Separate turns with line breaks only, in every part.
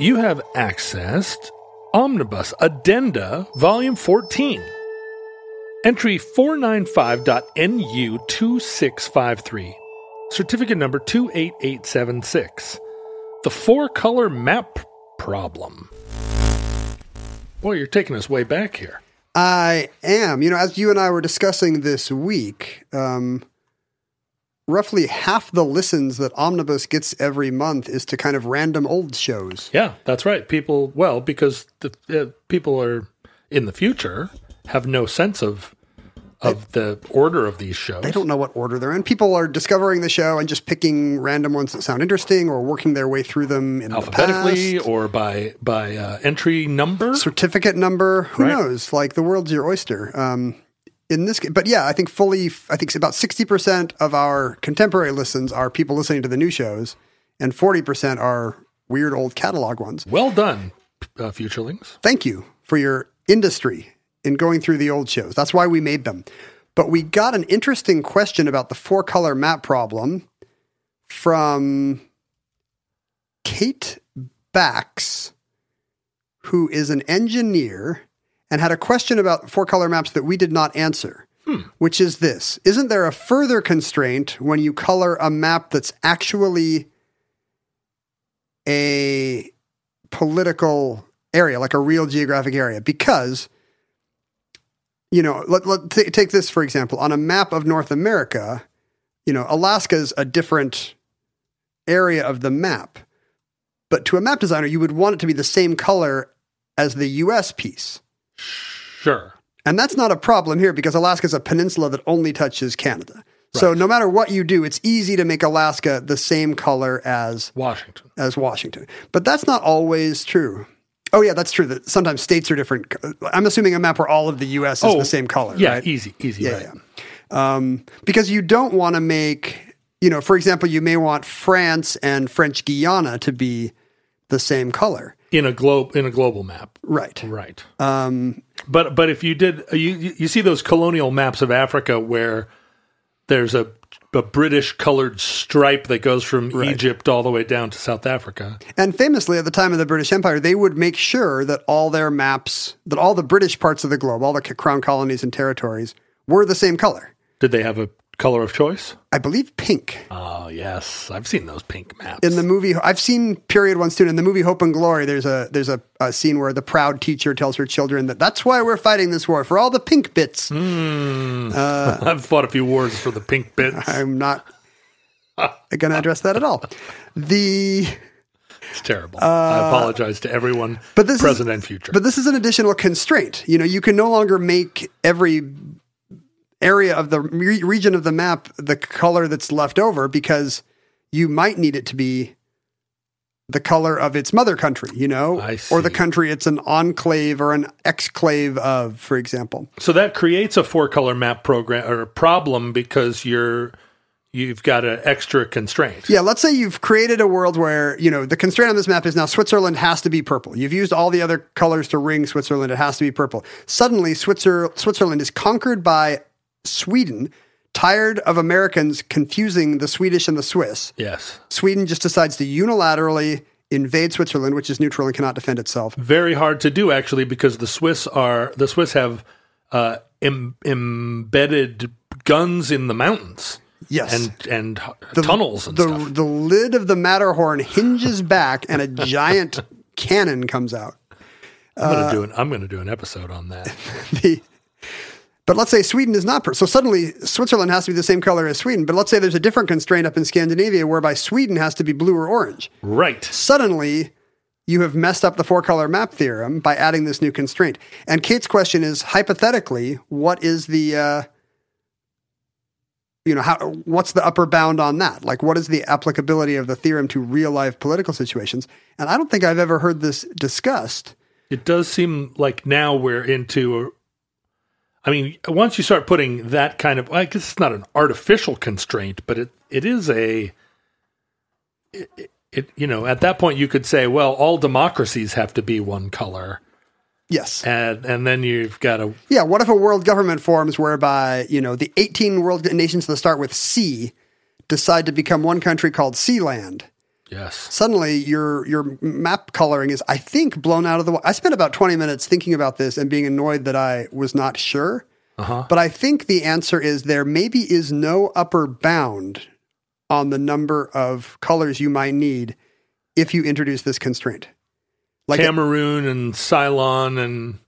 You have accessed Omnibus Addenda Volume 14, Entry 495.NU2653, Certificate Number 28876, The Four Color Map Problem. Boy, you're taking us way back here.
I am. You know, as you and I were discussing this week, um, roughly half the listens that Omnibus gets every month is to kind of random old shows.
Yeah, that's right. People, well, because the uh, people are in the future have no sense of of the order of these shows.
They don't know what order they're in. People are discovering the show and just picking random ones that sound interesting or working their way through them in
alphabetically
the past.
or by by uh, entry number.
certificate number. Who
Right.
knows? Like the world's your oyster. Um, in this, ca- but yeah, I think fully, I think about sixty percent of our contemporary listens are people listening to the new shows, and forty percent are weird old catalog ones.
well done, uh, futurelings.
Thank you for your industry in going through the old shows. That's why we made them. But we got an interesting question about the four color map problem from Kate Bax, who is an engineer and had a question about four color maps that we did not answer, which is this Isn't there a further constraint when you color a map that's actually a political area, like a real geographic area, because you know, let, let t- take this for example. On a map of North America, you know, Alaska's a different area of the map, but to a map designer, you would want it to be the same color as the U.S. piece,
Sure.
and that's not a problem here because Alaska's a peninsula that only touches Canada. So no matter what you do, it's easy to make Alaska the same color as
Washington.
as Washington. But that's not always true. Oh yeah, that's true. That sometimes states are different. I'm assuming a map where all of the U.S. is the same color,
Yeah,
right?
easy, easy.
Yeah,
right.
yeah. Um, because you don't want to make, you know, for example, you may want France and French Guiana to be the same color,
In a globe in a global map.
right?
Right.
Um,
But but if you did uh, you you you see those colonial maps of Africa where there's a a British colored stripe that goes from Egypt all the way down to South Africa.
And famously, at the time of the British Empire, they would make sure that all their maps, that all the British parts of the globe, all the c- crown colonies and territories, were the same color.
Did they have a color of choice?
I believe pink.
Oh yes, I've seen those pink maps.
in the movie I've seen period one student in the movie Hope and Glory there's a there's a, a scene where the proud teacher tells her children that that's why we're fighting this war for all the pink bits
I've fought a few wars for the pink bits.
I'm not going to address that at all the
It's terrible. I apologize to everyone,
but this is-
present and future.
but this is an additional constraint you know you can no longer make every area of the re- region of the map the color that's left over because you might need it to be the color of its mother country, you know,
I
or the
see.
country it's an enclave or an exclave of, for example.
so that creates a four-color map program or problem because you're you've got an extra constraint.
Yeah, let's say you've created a world where, you know, the constraint on this map is now Switzerland has to be purple. You've used all the other colors to ring Switzerland, it has to be purple. Suddenly, Switzer- Switzerland is conquered by Sweden, tired of Americans confusing the Swedish and the Swiss.
Yes.
Sweden just decides to unilaterally invade Switzerland, which is neutral and cannot defend itself.
Very hard to do actually because the Swiss are the Swiss have uh, em- embedded guns in the mountains
Yes.
and and tunnels and
the,
stuff.
the lid of the Matterhorn hinges back and a giant cannon comes out.
I'm
uh,
gonna do an I'm gonna do an episode on that.
The- but let's say Sweden is not. Per- so suddenly Switzerland has to be the same color as Sweden. But let's say there's a different constraint up in Scandinavia whereby Sweden has to be blue or orange.
right.
Suddenly, you have messed up the four color map theorem by adding this new constraint. And Kate's question is hypothetically, what is the. Uh, you know how what's the upper bound on that like what is the applicability of the theorem to real life political situations and i don't think i've ever heard this discussed
It does seem like now we're into. I mean, once you start putting that kind of, I guess it's not an artificial constraint, but it it is a. It, it you know at that point you could say well all democracies have to be one color
yes
and and then you've got a
Yeah, what if a world government forms whereby, you know, the 18 world nations that start with C decide to become one country called Sealand?
yes
Suddenly, your your map coloring is, I think, blown out of the. wa- I spent about 20 minutes thinking about this and being annoyed that I was not sure.
uh-huh
But I think the answer is there maybe is no upper bound on the number of colors you might need if you introduce this constraint. Like
Cameroon and Ceylon and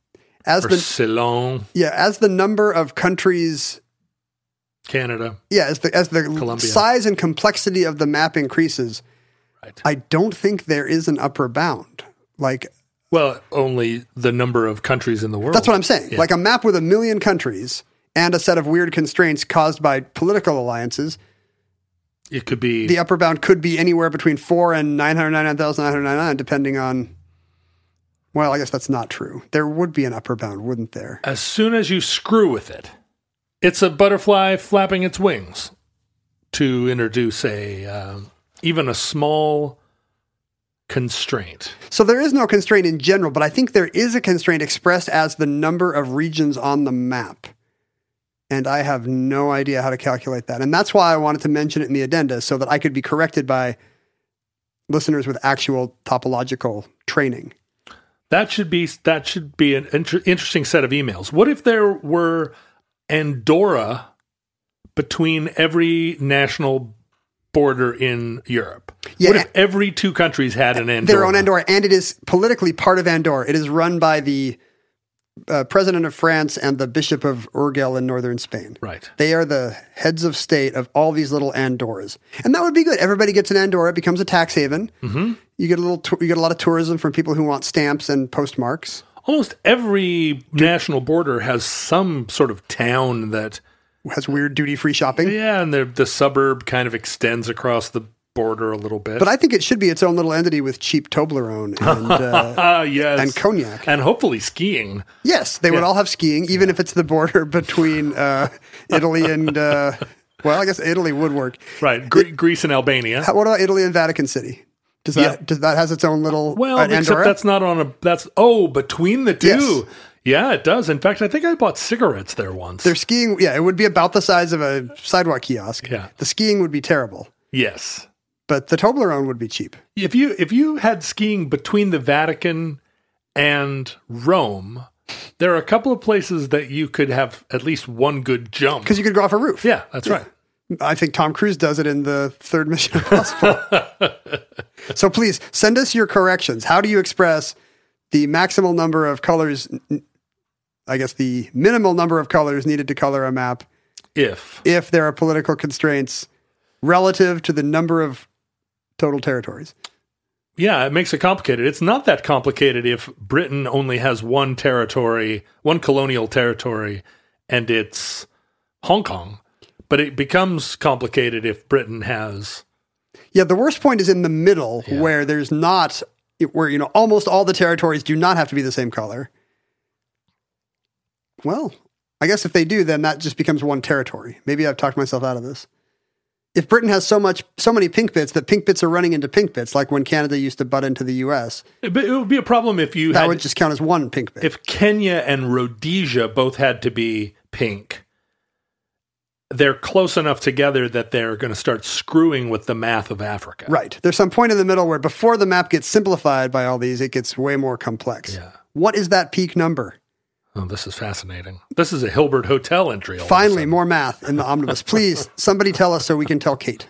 as
or
the
Ceylon
yeah, as the number of countries
Canada
Yeah, as the as the
Colombia.
size and complexity of the map increases,
right
I don't think there is an upper bound. Like
well only the number of countries in the world
that's what I'm saying.
Oh, Yeah.
Like a map with a million countries and a set of weird constraints caused by political alliances,
it could be
the upper bound could be anywhere between 4 and 999,999 depending on well, I guess that's not true. There would be an upper bound, wouldn't there?
as soon as you screw with it, it's a butterfly flapping its wings to introduce a um, even a small constraint.
So there is no constraint in general, but I think there is a constraint expressed as the number of regions on the map. And I have no idea how to calculate that. And that's why I wanted to mention it in the addenda so that I could be corrected by listeners with actual topological training.
That should be that should be an inter- interesting set of emails. What if there were Andorra between every national border in Europe?
Yeah.
What if every two countries had an Andorra?
Their own Andorra, and it is politically part of Andorra. It is run by the uh, president of France and the bishop of Urgel in northern Spain.
Right.
They are the heads of state of all these little Andorras, and that would be good. Everybody gets an Andorra; it becomes a tax haven. Mm-hmm. You get a little, tou- you get a lot of tourism from people who want stamps and postmarks.
Almost every national border has some sort of town that
Has weird duty-free shopping,
Yeah, and the the suburb kind of extends across the border a little bit.
but I think it should be its own little entity with cheap Toblerone. And, uh,
ah yes,
and cognac.
and hopefully skiing.
yes, they would all have skiing, even if it's the border between uh, Italy and. Uh, well, I guess Italy would work.
Right, Gre- Greece and Albania.
How- What about Italy and Vatican City? Does that
Yeah.
does that has its own little
well,
uh,
except
Andorra?
that's not on a that's oh between the two. Yeah, it does. In fact, I think I bought cigarettes there once.
Their skiing, yeah, it would be about the size of a sidewalk kiosk.
Yeah.
The skiing would be terrible,
yes,
but the Toblerone would be cheap.
if you if you had skiing between the Vatican and Rome, there are a couple of places that you could have at least one good jump.
Because you could go off a roof.
Yeah, that's right.
I think Tom Cruise does it in the third Mission Impossible. so please send us your corrections. How do you express the maximal number of colors? n- I guess the minimal number of colors needed to color a map
If
if there are political constraints relative to the number of total territories.
Yeah, it makes it complicated. It's not that complicated if Britain only has one territory, one colonial territory, and it's Hong Kong. But it becomes complicated if Britain has
Yeah, the worst point is in the middle where there's not where you know almost all the territories do not have to be the same color. Well, I guess if they do then that just becomes one territory. Maybe I've talked myself out of this. If Britain has so much so many pink bits that pink bits are running into pink bits like when Canada used to butt into the US,
but it would be a problem if you
that
had
would just count as one pink bit.
if Kenya and Rhodesia both had to be pink they're close enough together that they're going to start screwing with the math of Africa.
Right. There's some point in the middle where before the map gets simplified by all these, it gets way more complex.
Yeah.
What is that peak number?
Oh, this is fascinating. This is a Hilbert Hotel entry. all of a
Finally,
sudden.
more math in the omnibus. Please, somebody tell us so we can tell Kate.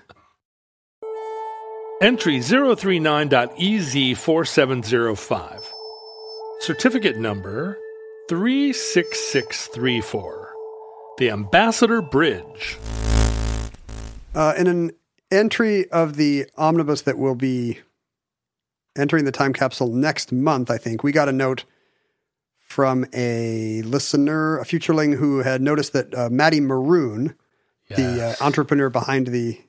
Entry E 039.EZ4705. Certificate number 36634. The Ambassador Bridge.
Uh, in an entry of the omnibus that will be entering the time capsule next month, I think, we got a note from a listener, a futureling who had noticed that uh, Maddie Maroon, the uh,
Yes.
entrepreneur behind the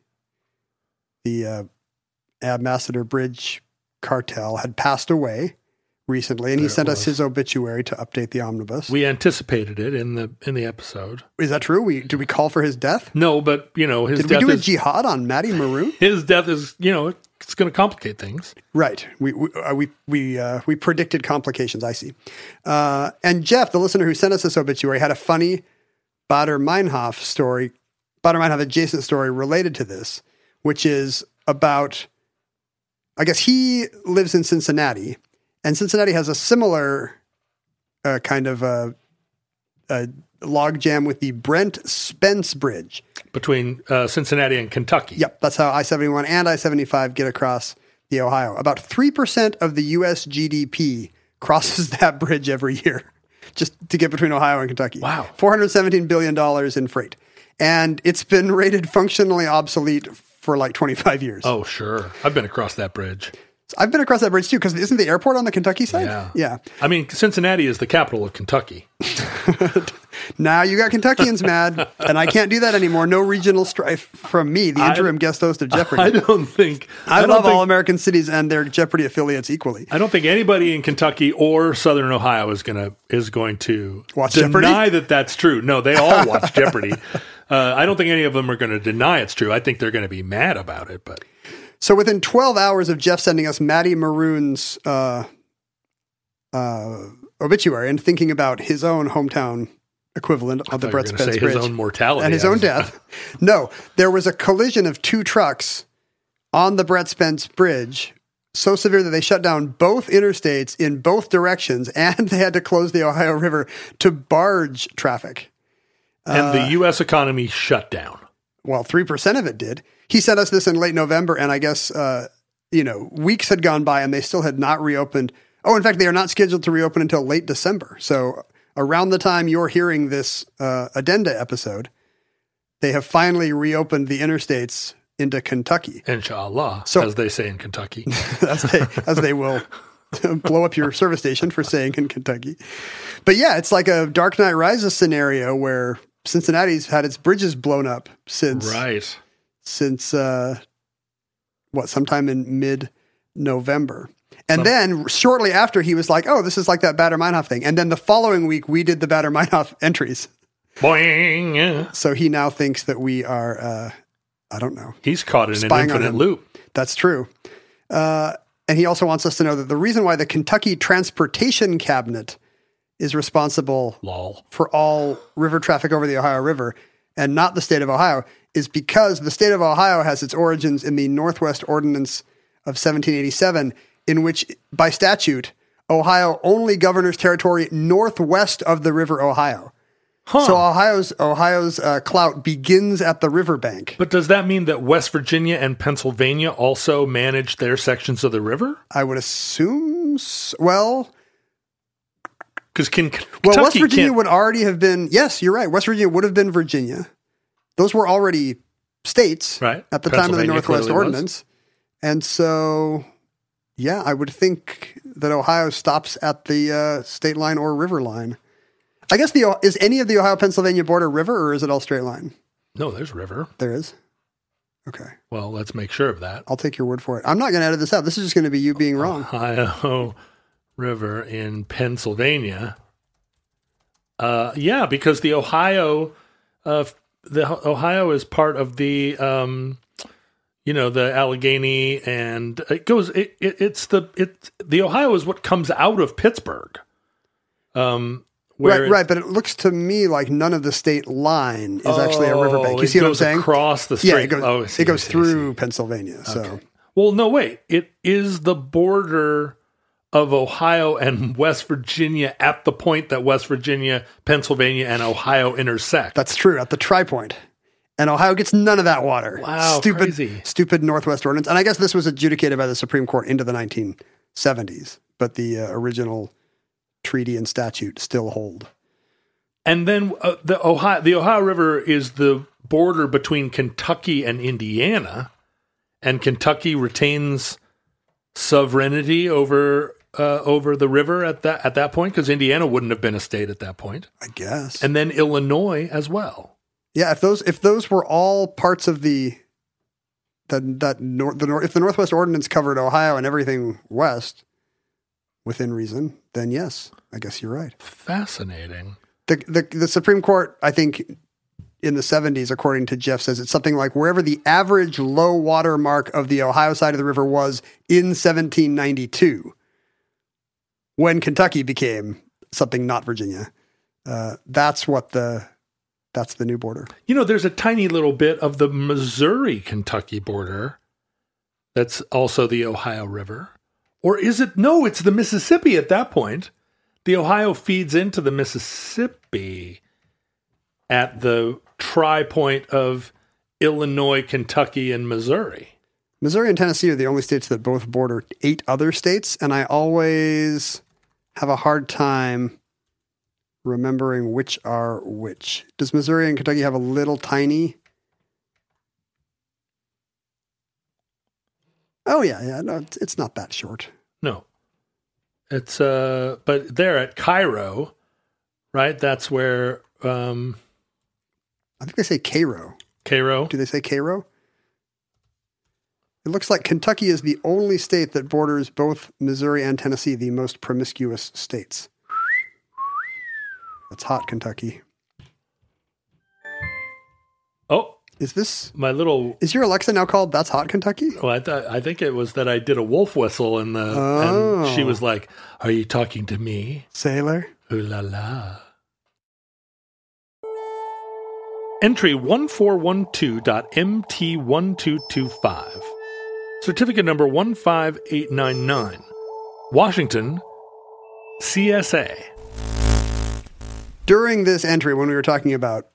the uh, Ambassador Bridge cartel, had passed away recently, and he
There it
sent us
was.
his obituary to update the omnibus.
we anticipated it in the in the episode.
is that true? We did we call for his death?
No, but you know his
Did we
death
do a
is
jihad on Maddie Maroon?
his death is you know it's going to complicate things.
Right. We we uh, we we, uh, we predicted complications. I see. Uh, and Jeff, the listener who sent us this obituary, had a funny Bader Meinhof story, Bader Meinhof adjacent story related to this, which is about. I guess he lives in Cincinnati, and Cincinnati has a similar uh, kind of uh, uh, logjam with the Brent Spence Bridge.
between uh, Cincinnati and Kentucky.
Yep, that's how I 71 and I 75 get across the Ohio. About 3% of the US GDP crosses that bridge every year just to get between Ohio and Kentucky.
Wow.
$417 billion in freight. And it's been rated functionally obsolete for like 25 years.
Oh, sure. I've been across that bridge.
So I've been across that bridge too, because isn't the airport on the Kentucky side?
Yeah.
Yeah.
I mean, Cincinnati is the capital of Kentucky.
Now you got Kentuckians mad, and I can't do that anymore. No regional strife from me, the interim guest host of Jeopardy.
I don't think.
I,
don't
love
think,
all American cities and their Jeopardy affiliates equally.
I don't think anybody in Kentucky or Southern Ohio is gonna is going to
Watch
deny that that's true. No, they all watch Jeopardy. Uh, I don't think any of them are going to deny it's true. I think they're going to be mad about it. But
So within 12 hours of Jeff sending us Matty Maroon's uh, uh, obituary and thinking about his own hometown equivalent of the
I thought you were
Brett
gonna
Spence
say
Bridge
his own mortality
and his
I
own
was-
death, no, there was a collision of two trucks on the Brett Spence Bridge so severe that they shut down both interstates in both directions and they had to close the Ohio River to barge traffic.
and
Uh,
the U.S. economy shut down.
well, 3% of it did. He sent us this in late November, and I guess, uh, you know, weeks had gone by and they still had not reopened. Oh, in fact, they are not scheduled to reopen until late December. So around the time you're hearing this uh, addenda episode, they have finally reopened the interstates into Kentucky
Inshallah,
So-
as they say in Kentucky.
as they as they will blow up your service station for saying in Kentucky. But yeah, it's like a Dark Knight Rises scenario where Cincinnati's had its bridges blown up since
right.
since uh, what sometime in mid November. And then shortly after, he was like, "Oh, this is like that Bader Meinhof thing." And then the following week, we did the Bader Meinhof entries.
Boing. Yeah.
So he now thinks that we are, uh, I don't know,
He's caught in
Spying
an
on
infinite
him.
loop.
That's true. Uh, and he also wants us to know that the reason why the Kentucky Transportation Cabinet is responsible
Lol.
for all river traffic over the Ohio River and not the state of Ohio is because the state of Ohio has its origins in the Northwest Ordinance of 1787, in which, by statute, Ohio only governs territory northwest of the River Ohio.
Huh.
So uh, Ohio's Ohio's uh, clout begins at the riverbank.
But does that mean that West Virginia and Pennsylvania also manage their sections of the river?
I would assume. s well,
Because can
well,
Kentucky
West Virginia
can't-
would already have been. Yes, you're right. West Virginia would have been Virginia. Those were already states
Right.
at the time of the
Pennsylvania
Northwest
clearly was.
Ordinance, and so yeah, I would think that Ohio stops at the uh, state line or river line. I guess the O- is any of the Ohio Pennsylvania border river or is it all straight line?
no, there's river.
There is. Okay,
Well, let's make sure of that.
I'll take your word for it. I'm not going to edit this out. This is just going to be you being wrong.
Uh, Ohio River in Pennsylvania. Uh, yeah, because the Ohio, uh, f- the Ho- Ohio is part of the, um, you know, the Allegheny, and it goes. It, it, it's the it the Ohio is what comes out of Pittsburgh. Um,
Right,
where it-
right, but it looks to me like none of the state line is actually a riverbank.
Oh,
You
it
see what I'm
goes
saying?
Across the street.
yeah, it goes,
Oh, I see,
it goes
I see, I see.
through Pennsylvania. So
Well, no, wait. It is the border of Ohio and West Virginia at the point that West Virginia, Pennsylvania, and Ohio intersect.
that's true at the tri point. And Ohio gets none of that water.
Wow,
stupid,
crazy.
stupid Northwest Ordinance. And I guess this was adjudicated by the Supreme Court into the 1970s, but the uh, original treaty and statute still hold.
and then uh, the Ohio, the Ohio River is the border between Kentucky and Indiana, and Kentucky retains sovereignty over uh, over the river at that at that point because Indiana wouldn't have been a state at that point,
I guess.
and then Illinois as well.
Yeah, if those if those were all parts of the the that nor, the nor, if the Northwest Ordinance covered Ohio and everything west within reason, then yes, I guess you're right.
Fascinating.
The the the Supreme Court, I think in the 70s according to Jeff says it's something like wherever the average low water mark of the Ohio side of the river was in 1792 when Kentucky became something not Virginia. Uh, that's what the that's the new border.
You know, there's a tiny little bit of the Missouri Kentucky border that's also the Ohio River. Or is it? No, it's the Mississippi at that point. The Ohio feeds into the Mississippi at the tri point of Illinois, Kentucky, and Missouri.
Missouri and Tennessee are the only states that both border eight other states, and I always have a hard time remembering which are which. Does Missouri and Kentucky have a little tiny? Oh yeah, yeah. No, it's- it's not that short.
No. It's uh but there at Cairo, right? That's where um
I think they say Cairo.
Cairo.
Do they say Cairo? It looks like Kentucky is the only state that borders both Missouri and Tennessee, the most promiscuous states. That's hot, Kentucky.
Oh,
Is this
my little
is your Alexa now called "That's Hot Kentucky"?
Well, I, th- I think it was that I did a wolf whistle, and the
Oh.
and she was like, "Are you talking to me?"
Sailor.
Ooh la la. Entry 1412.MT1225. Certificate number 15899. Washington, CSA.
During this entry, when we were talking about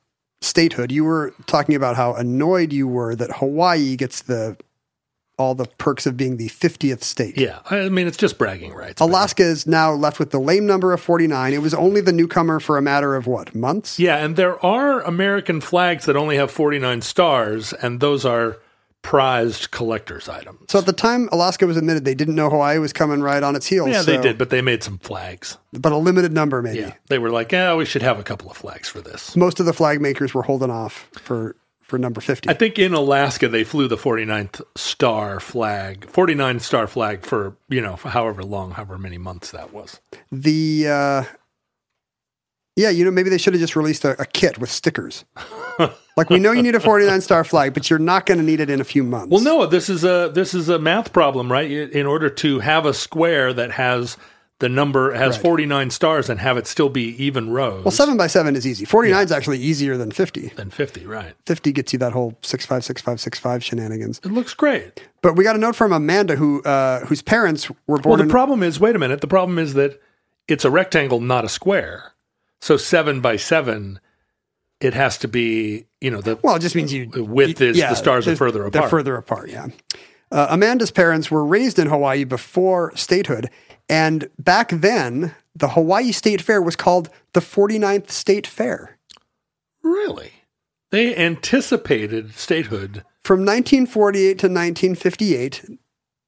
statehood, you were talking about how annoyed you were that Hawaii gets the all the perks of being the fiftieth state.
Yeah, I mean, it's just bragging rights. but-
Alaska is now left with the lame number of 49. It was only the newcomer for a matter of what, months?
Yeah, and there are American flags that only have 49 stars, and those are prized collector's items.
So at the time Alaska was admitted, they didn't know Hawaii was coming right on its heels.
Yeah, they
so-
did, but they made some flags.
But a limited number, maybe.
Yeah. They were like, yeah, we should have a couple of flags for this.
Most of the flag makers were holding off for, for number 50.
I think in Alaska, they flew the 49th star flag, 49 star flag for, you know, for however long, however many months that was.
the, uh, yeah, you know, maybe they should have just released a, a kit with stickers. like, we know you need a 49 star flag, but you're not going to need it in a few months.
Well, no, this is a this is a math problem, right? You- In order to have a square that has the number has 49 stars and have it still be even rows
Well, 7 by 7 is easy. 49 is actually easier than 50.
than 50, right?
50 gets you that whole 656565 shenanigans.
It looks great.
But we got a note from Amanda who uh, whose parents were
Well,
born
the
in
problem is, wait a minute. The problem is that it's a rectangle, not a square. So seven by seven, it has to be, you know, the
Well, it just means you
The width is- the stars are
they're-
further
They're
apart.
further apart, yeah. Uh, Amanda's parents were raised in Hawaii before statehood, and back then the Hawaii State Fair was called the 49th State Fair.
really. They anticipated statehood.
From 1948 to 1958,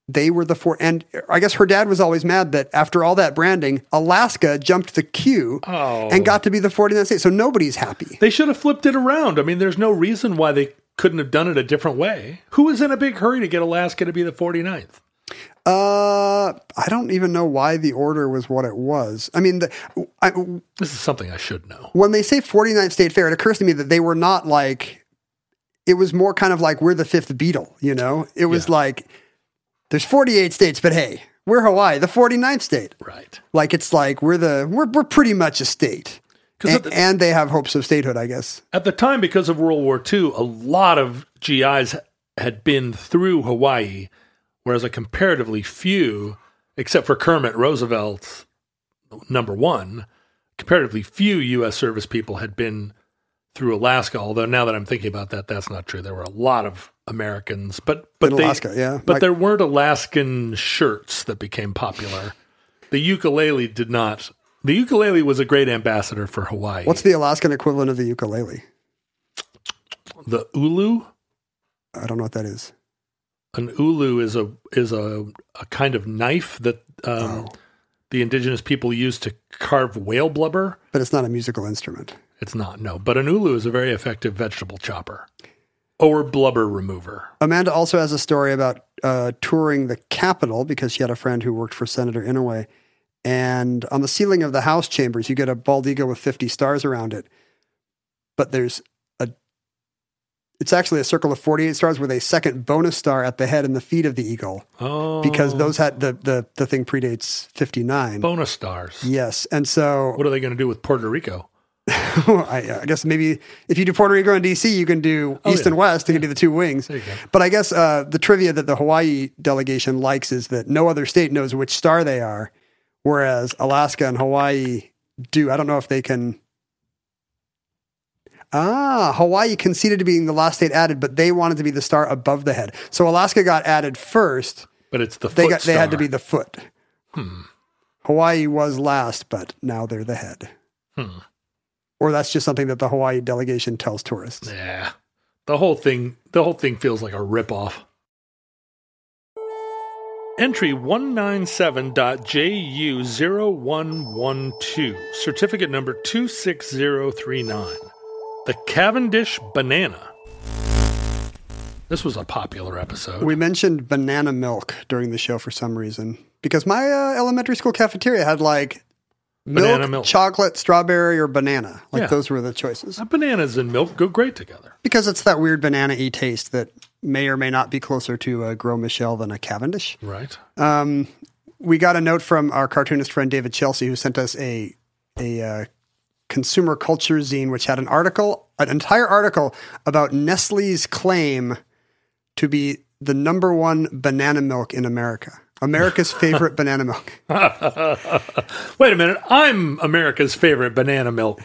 they were the four. And I guess her dad was always mad that after all that branding, Alaska jumped the queue
Oh.
and got to be the 49th state. So nobody's happy.
They should have flipped it around. I mean, there's no reason why they couldn't have done it a different way. Who was in a big hurry to get Alaska to be the 49th?
Uh, I don't even know why the order was what it was. I mean, the, I,
This is something I should know.
when they say 49th State Fair, it occurs to me that they were not like, it was more kind of like we're the fifth Beatle, you know? It was like, there's 48 states, but hey, we're Hawaii, the 49th state.
Right.
Like, it's like we're the, we're, we're pretty much a state.
Because
And, and they have hopes of statehood, I guess.
At the time, because of World War II, a lot of GIs had been through Hawaii, whereas a comparatively few, except for Kermit Roosevelt, number one, comparatively few U.S. service people had been through Alaska. Although now that I'm thinking about that, that's not true. There were a lot of Americans, but but
In
they-
Alaska, yeah.
but
Like-
there weren't Alaskan shirts that became popular. The ukulele did not. The ukulele was a great ambassador for Hawaii.
What's the Alaskan equivalent of the ukulele?
the ulu?
I don't know what that is.
an ulu is a is a, a kind of knife that
Oh.
um, the indigenous people use to carve whale blubber.
But it's not a musical instrument.
It's not no, but an ulu is a very effective vegetable chopper or blubber remover.
Amanda also has a story about uh, touring the Capitol because she had a friend who worked for Senator Inouye. And on the ceiling of the House chambers, you get a bald eagle with 50 stars around it. But there's a, it's actually a circle of 48 stars with a second bonus star at the head and the feet of the eagle
Oh,
because those had the, the, the thing predates 59.
bonus stars.
Yes. And so
What are they going to do with Puerto Rico?
I, I guess maybe if you do Puerto Rico and DC, you can do East
Oh, yeah.
and West. You can do the two wings.
There you go.
But I guess uh, the trivia that the Hawaii delegation likes is that no other state knows which star they are, whereas Alaska and Hawaii do. I don't know if they can. Ah, Hawaii conceded to being the last state added, but they wanted to be the star above the head. So Alaska got added first.
But it's the
They
foot
got they had to
star. Hmm.
be the foot. Hawaii was last, but now they're the head.
Hmm.
Or that's just something that the Hawaii delegation tells tourists.
yeah. The whole thing the whole thing feels like a ripoff. Entry 197.JU0112, certificate number 26039. The Cavendish Banana. This was a popular episode.
We mentioned banana milk during the show for some reason because my uh, elementary school cafeteria had like
Banana
milk,
milk.
chocolate, strawberry, or banana. Like
Yeah.
those were the choices
Uh, Bananas and milk go great together.
because it's that weird banana y taste that may or may not be closer to a Gros Michel than a Cavendish.
Right.
Um, we got a note from our cartoonist friend David Chelsea, who sent us a a uh, consumer culture zine, which had an article, an entire article about Nestle's claim to be the number one banana milk in America, America's favorite banana milk.
Wait a minute. I'm America's favorite banana milk.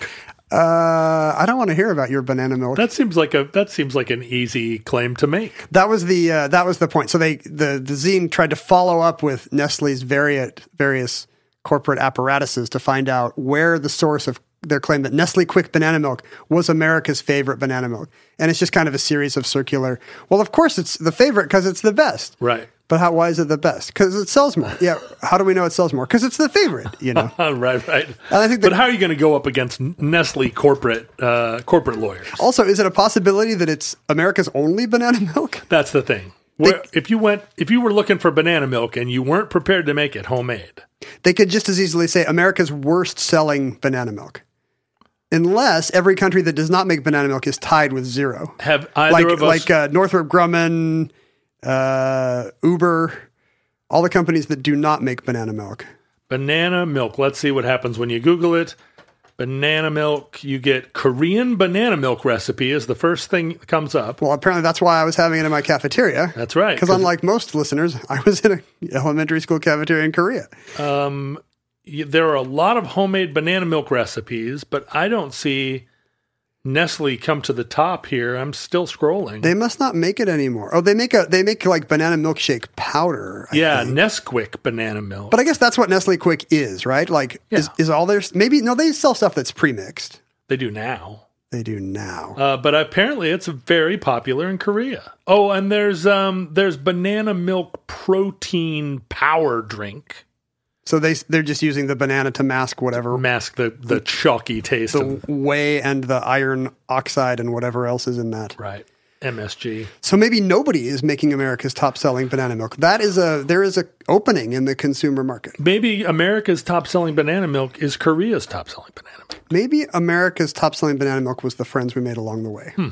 Uh, I don't want to hear about your banana milk.
That seems like a that seems like an easy claim to make.
That was the uh, that was the point. So they the the zine tried to follow up with Nestle's various various corporate apparatuses to find out where the source of their claim that Nestle Quick Banana Milk was America's favorite banana milk, and it's just kind of a series of circular. Well, of course it's the favorite because it's the best,
Right.
But how why is it the best? Because it sells more. Yeah. How do we know it sells more? Because it's the favorite. You know.
Uh, right, right.
I think
but
that-
how are you going to go up against Nestle corporate uh, corporate lawyers?
also, is it a possibility that it's America's only banana milk?
That's the thing. Where, if you went, if you were looking for banana milk and you weren't prepared to make it homemade,
they could just as easily say America's worst selling banana milk. Unless every country that does not make banana milk is tied with zero.
have either
Like,
of
like
us?
uh, Northrop Grumman, uh, Uber, all the companies that do not make banana milk.
banana milk. Let's see what happens when you Google it. Banana milk. You get Korean banana milk recipe is the first thing that comes up.
Well, apparently that's why I was having it in my cafeteria.
That's right.
Because unlike most listeners, I was in a elementary school cafeteria in Korea.
y- there are a lot of homemade banana milk recipes, but I don't see Nestle come to the top here. I'm still scrolling.
They must not make it anymore. Oh, they make a they make like banana milkshake powder. I
Yeah,
think.
Nesquik banana milk.
But I guess that's what Nestle Quick is, right? Like, is, is all their maybe no? They sell stuff that's pre-mixed.
they do now.
They do now.
Uh, but apparently, it's very popular in Korea. Oh, and there's um there's banana milk protein power drink.
so they they're just using the banana to mask whatever
Mask the the chalky taste
the
of
whey and the iron oxide and whatever else is in that.
right MSG.
So maybe nobody is making America's top-selling banana milk. That is a there is a opening in the consumer market.
Maybe America's top selling banana milk is Korea's top selling banana milk.
Maybe America's top-selling banana milk was the friends we made along the way.
Hmm.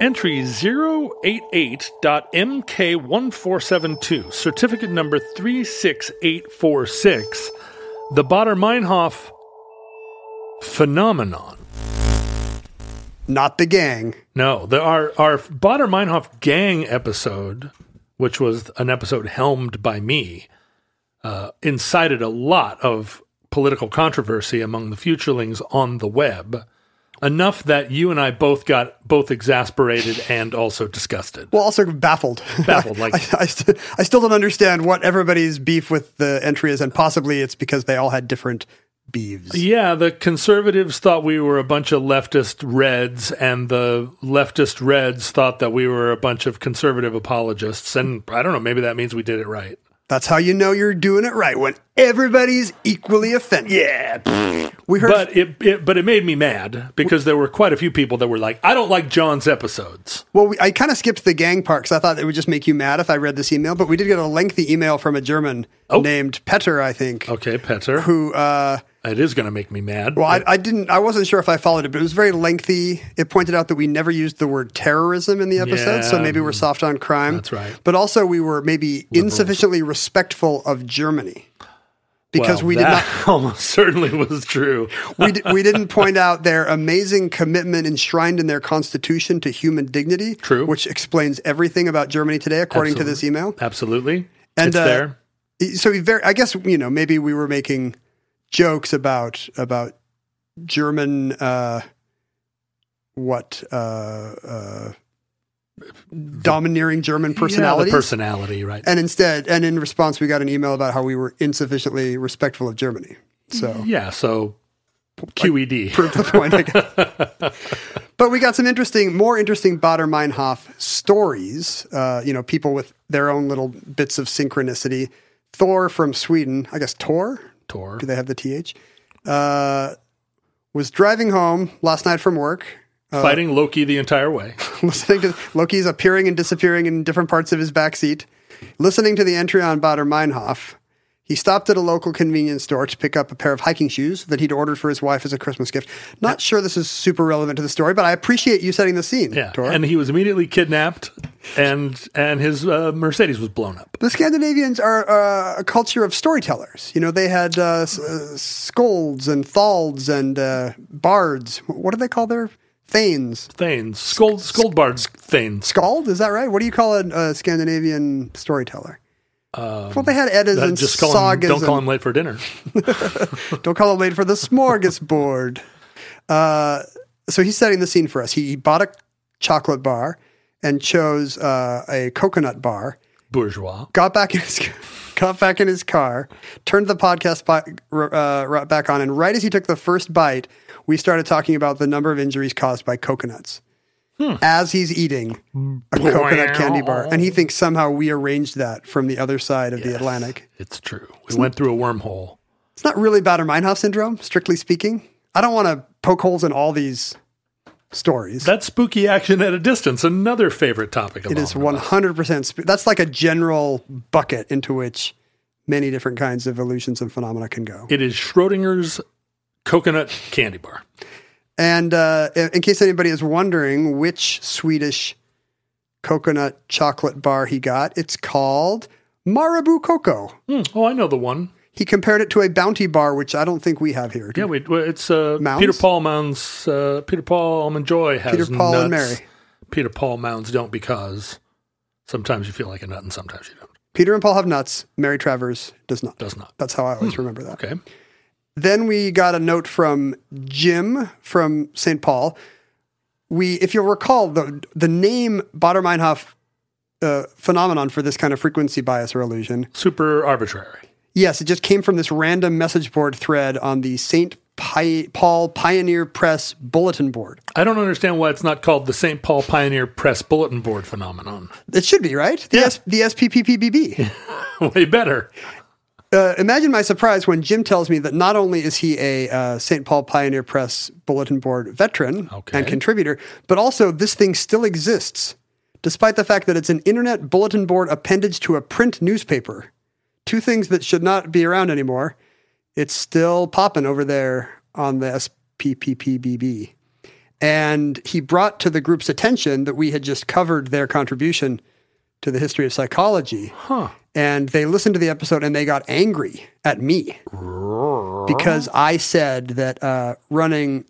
Entry 088.MK1472, certificate number 36846, the Bader Meinhof phenomenon.
Not the gang.
No, the, our our Bader Meinhof gang episode, which was an episode helmed by me, uh, incited a lot of political controversy among the futurelings on the web. Enough that you and I both got both exasperated and also disgusted.
Well, also baffled.
Baffled, like-
I, I, st- I still don't understand what everybody's beef with the entry is, and possibly it's because they all had different beefs.
Yeah, the conservatives thought we were a bunch of leftist reds, and the leftist reds thought that we were a bunch of conservative apologists. And I don't know, maybe that means we did it right.
That's how you know you're doing it right when everybody's equally offended.
Yeah,
we heard.
but it, it but it made me mad because there were quite a few people that were like, "I don't like John's episodes."
well, we, I kind of skipped the gang part because I thought it would just make you mad if I read this email. But we did get a lengthy email from a German
Oh.
named Petter, I think,
Okay, Petter,
who. Uh,
it is going to make me mad.
Well, I, I didn't. I wasn't sure if I followed it, but it was very lengthy. It pointed out that we never used the word terrorism in the episode, so
Yeah.
maybe we're soft on crime.
That's right.
But also, we were maybe insufficiently respectful of Germany because
Well,
we did
that
not.
almost certainly was true.
We, di- we didn't point out their amazing commitment enshrined in their constitution to human dignity.
True.
Which explains everything about Germany today, according to this email.
Absolutely,
And,
it's
uh,
there.
So we very, I guess you know, maybe we were making jokes about about German uh, what uh, uh, domineering German
Personality,
personalities.
personality, right?
and instead, and in response, we got an email about how we were insufficiently respectful of Germany. So
yeah, so E QED.
prove the point. I guess. but we got some interesting, more interesting Bader Meinhof stories. Uh, you know, people with their own little bits of synchronicity. Thor from Sweden, I guess Tor.
Tor.
Do they have the th? Uh, was driving home last night from work,
fighting Loki the entire way.
listening to Loki's appearing and disappearing in different parts of his backseat, listening to the entry on Bader Meinhof. He stopped at a local convenience store to pick up a pair of hiking shoes that he'd ordered for his wife as a Christmas gift. Not sure this is super relevant to the story, but I appreciate you setting the scene,
Yeah,
Tor.
and he was immediately kidnapped, and and his uh, Mercedes was blown up.
the Scandinavians are uh, a culture of storytellers. You know, they had uh, s- uh, scolds and thalds and uh, bards. What do they call their thanes?
Thanes, Skold, Skoldbard's Thanes.
Skald? Is that right? What do you call a, a Scandinavian storyteller? well, they had Eddas
Uh,
and
just call him,
sagas.
don't call him
and-
late for dinner.
don't call him late for the smorgasbord. uh, so he's setting the scene for us. He bought a chocolate bar and chose uh, a coconut bar.
Bourgeois.
Got back in his got back in his car. Turned the podcast bi- uh, right back on, and right as he took the first bite, we started talking about the number of injuries caused by coconuts. As he's eating a coconut candy bar, and he thinks somehow we arranged that from the other side of the Atlantic.
It's true. We went through a wormhole.
It's not really Bader Meinhof syndrome, strictly speaking. I don't want to poke holes in all these stories.
That Oh, spooky action at a distance, another favorite topic of
it is one hundred percent. That's like a general bucket into which many different kinds of illusions and phenomena can go.
It is Schrodinger's coconut candy bar.
And uh, in in case anybody is wondering which Swedish coconut chocolate bar he got, it's called Marabou Coco.
Hmm. Oh, I know the one.
He compared it to a bounty bar, which I don't think we have here.
Yeah, we, well, it's uh,
Mounds?
Peter Paul Mounds. Uh, Peter Paul Almond Joy has
Peter Paul and
nuts.
Mary.
Peter Paul Mounds don't because sometimes you feel like a nut and sometimes you don't.
Peter and Paul have nuts. Mary Travers does not.
Does not.
That's how I always remember that.
Okay.
Then we got a note from Jim from St. Paul. We, if you'll recall, the the name Bader Meinhof uh, phenomenon for this kind of frequency bias or illusion
Super arbitrary.
Yes, it just came from this random message board thread on the St. Pi- Paul Pioneer Press bulletin board.
I don't understand why it's not called the St. Paul Pioneer Press Bulletin Board phenomenon.
It should be, right? The, S- the SPPPBB.
Way better.
uh, imagine my surprise when Jim tells me that not only is he a uh, St. Paul Pioneer Press bulletin board veteran
Okay.
and contributor, but also this thing still exists, despite the fact that it's an internet bulletin board appendage to a print newspaper. Two things that should not be around anymore. It's still popping over there on the SPPPBB. And he brought to the group's attention that we had just covered their contribution to the history of psychology.
Huh.
and they listened to the episode and they got angry at me because I said that uh, running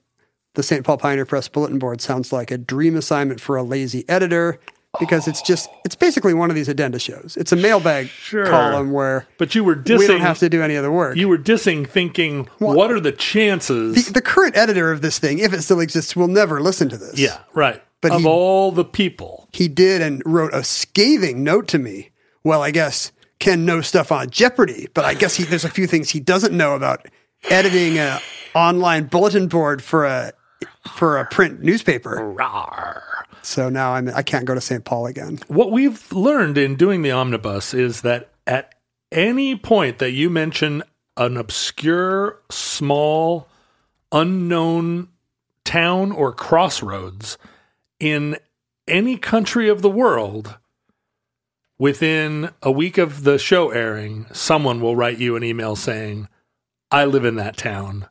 the St. Paul Pioneer Press bulletin board sounds like a dream assignment for a lazy editor because it's just it's basically one of these addenda shows. It's a mailbag column where
But you were dissing.
we don't have to do any of the work.
You were dissing, thinking, what, are the chances?
the, the current editor of this thing, if it still exists, will never listen to this.
yeah, right.
But
of
he-
all the people,
he did and wrote a scathing note to me. Well, I guess Ken knows stuff on Jeopardy, but I guess he, there's a few things he doesn't know about editing an online bulletin board for a for a print newspaper. So now I'm I can't go to St. Paul again.
what we've learned in doing the omnibus is that at any point that you mention an obscure, small, unknown town or crossroads in any country of the world, within a week of the show airing, someone will write you an email saying, I live in that town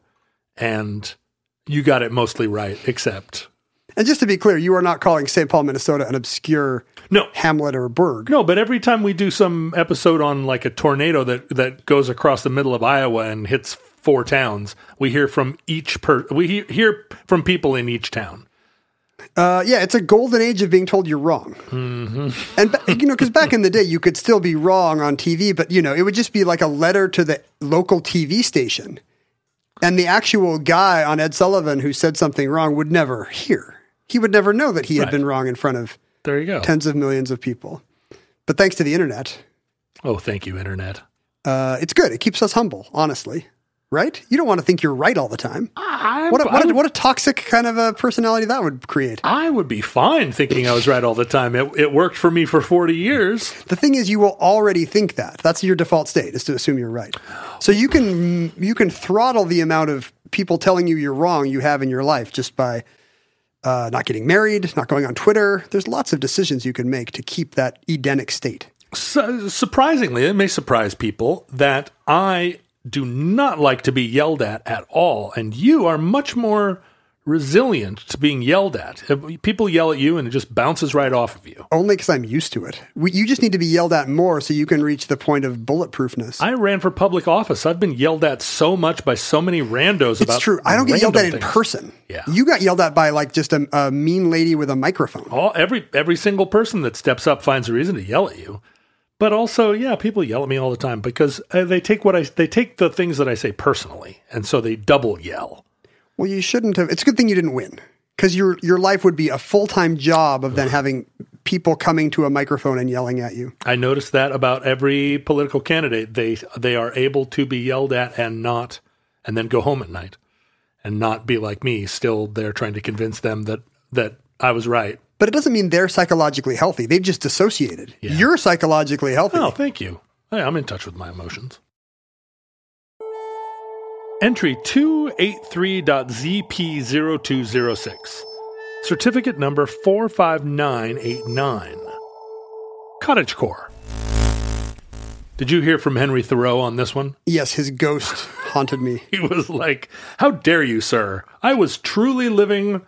and you got it mostly right, except.
And just to be clear, you are not calling St. Paul, Minnesota an obscure
No,
hamlet or burg.
No, but every time we do some episode on like a tornado that that goes across the middle of Iowa and hits four towns, we hear from each per we he- hear from people in each town.
Uh, yeah, it's a golden age of being told you're wrong.
Mm-hmm.
And ba- you know, because back in the day, you could still be wrong on TV, but you know, it would just be like a letter to the local TV station, and the actual guy on Ed Sullivan who said something wrong would never hear. He would never know that he had
Right.
been wrong in front of
There you go.
tens of millions of people. But thanks to the internet,
Oh, thank you, internet.
uh, it's good. It keeps us humble, honestly. Right? You don't want to think you're right all the time.
I,
What a,
I
what, a,
would,
what a toxic kind of a personality that would create.
I would be fine thinking I was right all the time. It, it worked for me for forty years.
The thing is, you will already think that. That's your default state is to assume you're right. So you can you can throttle the amount of people telling you you're wrong you have in your life just by uh, not getting married, not going on Twitter. There's lots of decisions you can make to keep that Edenic state. Only because I'm used to it. We, you just need to be yelled at more so you can reach the point of bulletproofness.
I ran for public office. I've been yelled at so much by so many randos about.
it's true. I don't get yelled at in
random things.
person.
Yeah.
You got yelled at by like just a, a mean lady with a microphone.
All, every every single person that steps up finds a reason to yell at you. But also, yeah, people yell at me all the time because uh, they take what I they take the things that I say personally, and so they double yell.
Well, you shouldn't have. It's a good thing you didn't win because your your life would be a full time job of then having people coming to a microphone and yelling at you.
I noticed that about every political candidate. They they are able to be yelled at and not, and then go home at night, and not be like me. Still, they're trying to convince them that that I was right.
But it doesn't mean they're psychologically healthy. They've just dissociated. You're psychologically healthy.
Oh, thank you. Hey, I'm in touch with my emotions. Entry 283.ZP0206. Certificate number 45989. Cottage Core. Did you hear from Henry Thoreau on this one?
Yes, his ghost haunted me.
he was like, "How dare you, sir? I was truly living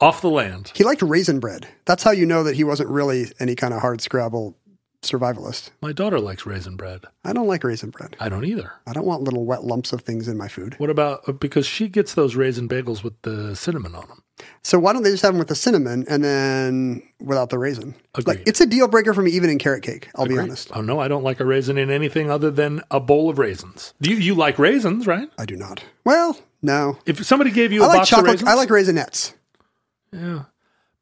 off the land."
He liked raisin bread. That's how you know that he wasn't really any kind of hard scrabble survivalist.
My daughter likes raisin bread.
I don't like raisin bread.
I don't either.
I don't want little wet lumps of things in my food.
What about uh, because she gets those raisin bagels with the cinnamon on them?
So why don't they just have them with the cinnamon and then without the raisin? Like
Agreed.
it's a deal breaker for me even in carrot cake, I'll be honest.
Oh no, I don't like a raisin in anything other than a bowl of raisins. Do you you like raisins, right?
I do not. Well, no.
If somebody gave you a
I like
box of
chocolate.
raisins,
I like raisinettes.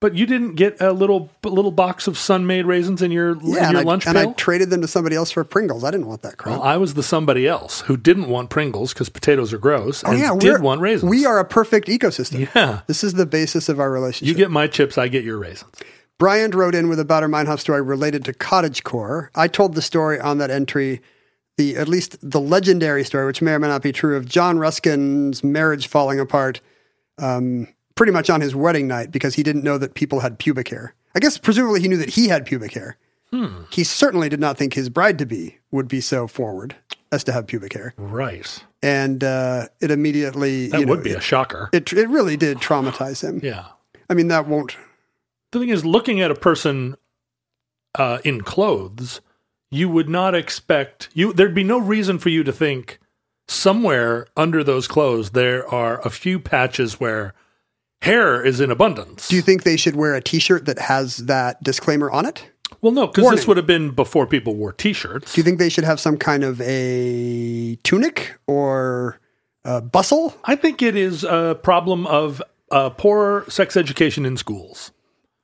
but you didn't get a little little box of sun made raisins in your
Yeah,
in
and
your
I,
lunch
and I
pail.
traded them to somebody else for Pringles. I didn't want that crap.
well, I was the somebody else who didn't want Pringles because potatoes are gross
oh
and
yeah,
did
we're,
want raisins.
we are a perfect ecosystem.
Yeah.
This is the basis of our relationship.
You get my chips, I get your raisins.
Brian wrote in with a Bader Meinhof story related to cottagecore. I told the story on that entry, the at least the legendary story, which may or may not be true, of John Ruskin's marriage falling apart um, pretty much on his wedding night because he didn't know that people had pubic hair. I guess presumably he knew that he had pubic hair.
Hmm.
He certainly did not think his bride to be would be so forward as to have pubic hair,
Right.
and uh, it immediately
That
you know,
would be a shocker.
It, it really did traumatize him.
yeah.
I mean, that won't
The thing is, looking at a person uh, in clothes, you would not expect you there'd be no reason for you to think somewhere under those clothes there are a few patches where hair is in abundance.
Do you think they should wear a T-shirt that has that disclaimer on it?
well, no, because
Warning.
this would have been before people wore T-shirts.
Do you think they should have some kind of a tunic or a bustle?
I think it is a problem of uh, poor sex education in schools.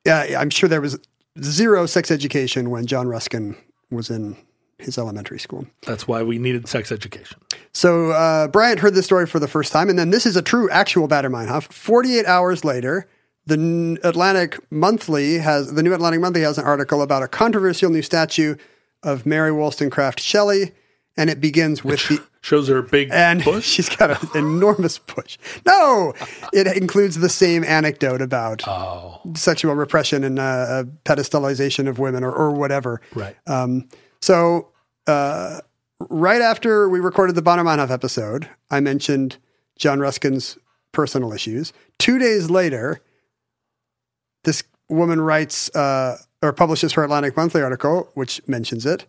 Yeah, I'm sure there was zero sex education when John Ruskin was in his elementary school.
That's why we needed sex education.
So uh, Bryant heard this story for the first time, and then this is a true, actual Badermeinhof. Forty-eight hours later, the N- Atlantic Monthly has the New Atlantic Monthly has an article about a controversial new statue of Mary Wollstonecraft Shelley, and it begins with the
Shows her big
and
bush.
she's got an enormous push. No, it includes the same anecdote about sexual repression and uh, uh, pedestalization of women or, or whatever.
Right.
So, uh, right after we recorded the Bonamanov episode, I mentioned John Ruskin's personal issues. Two days later, this woman writes uh, or publishes her Atlantic Monthly article, which mentions it.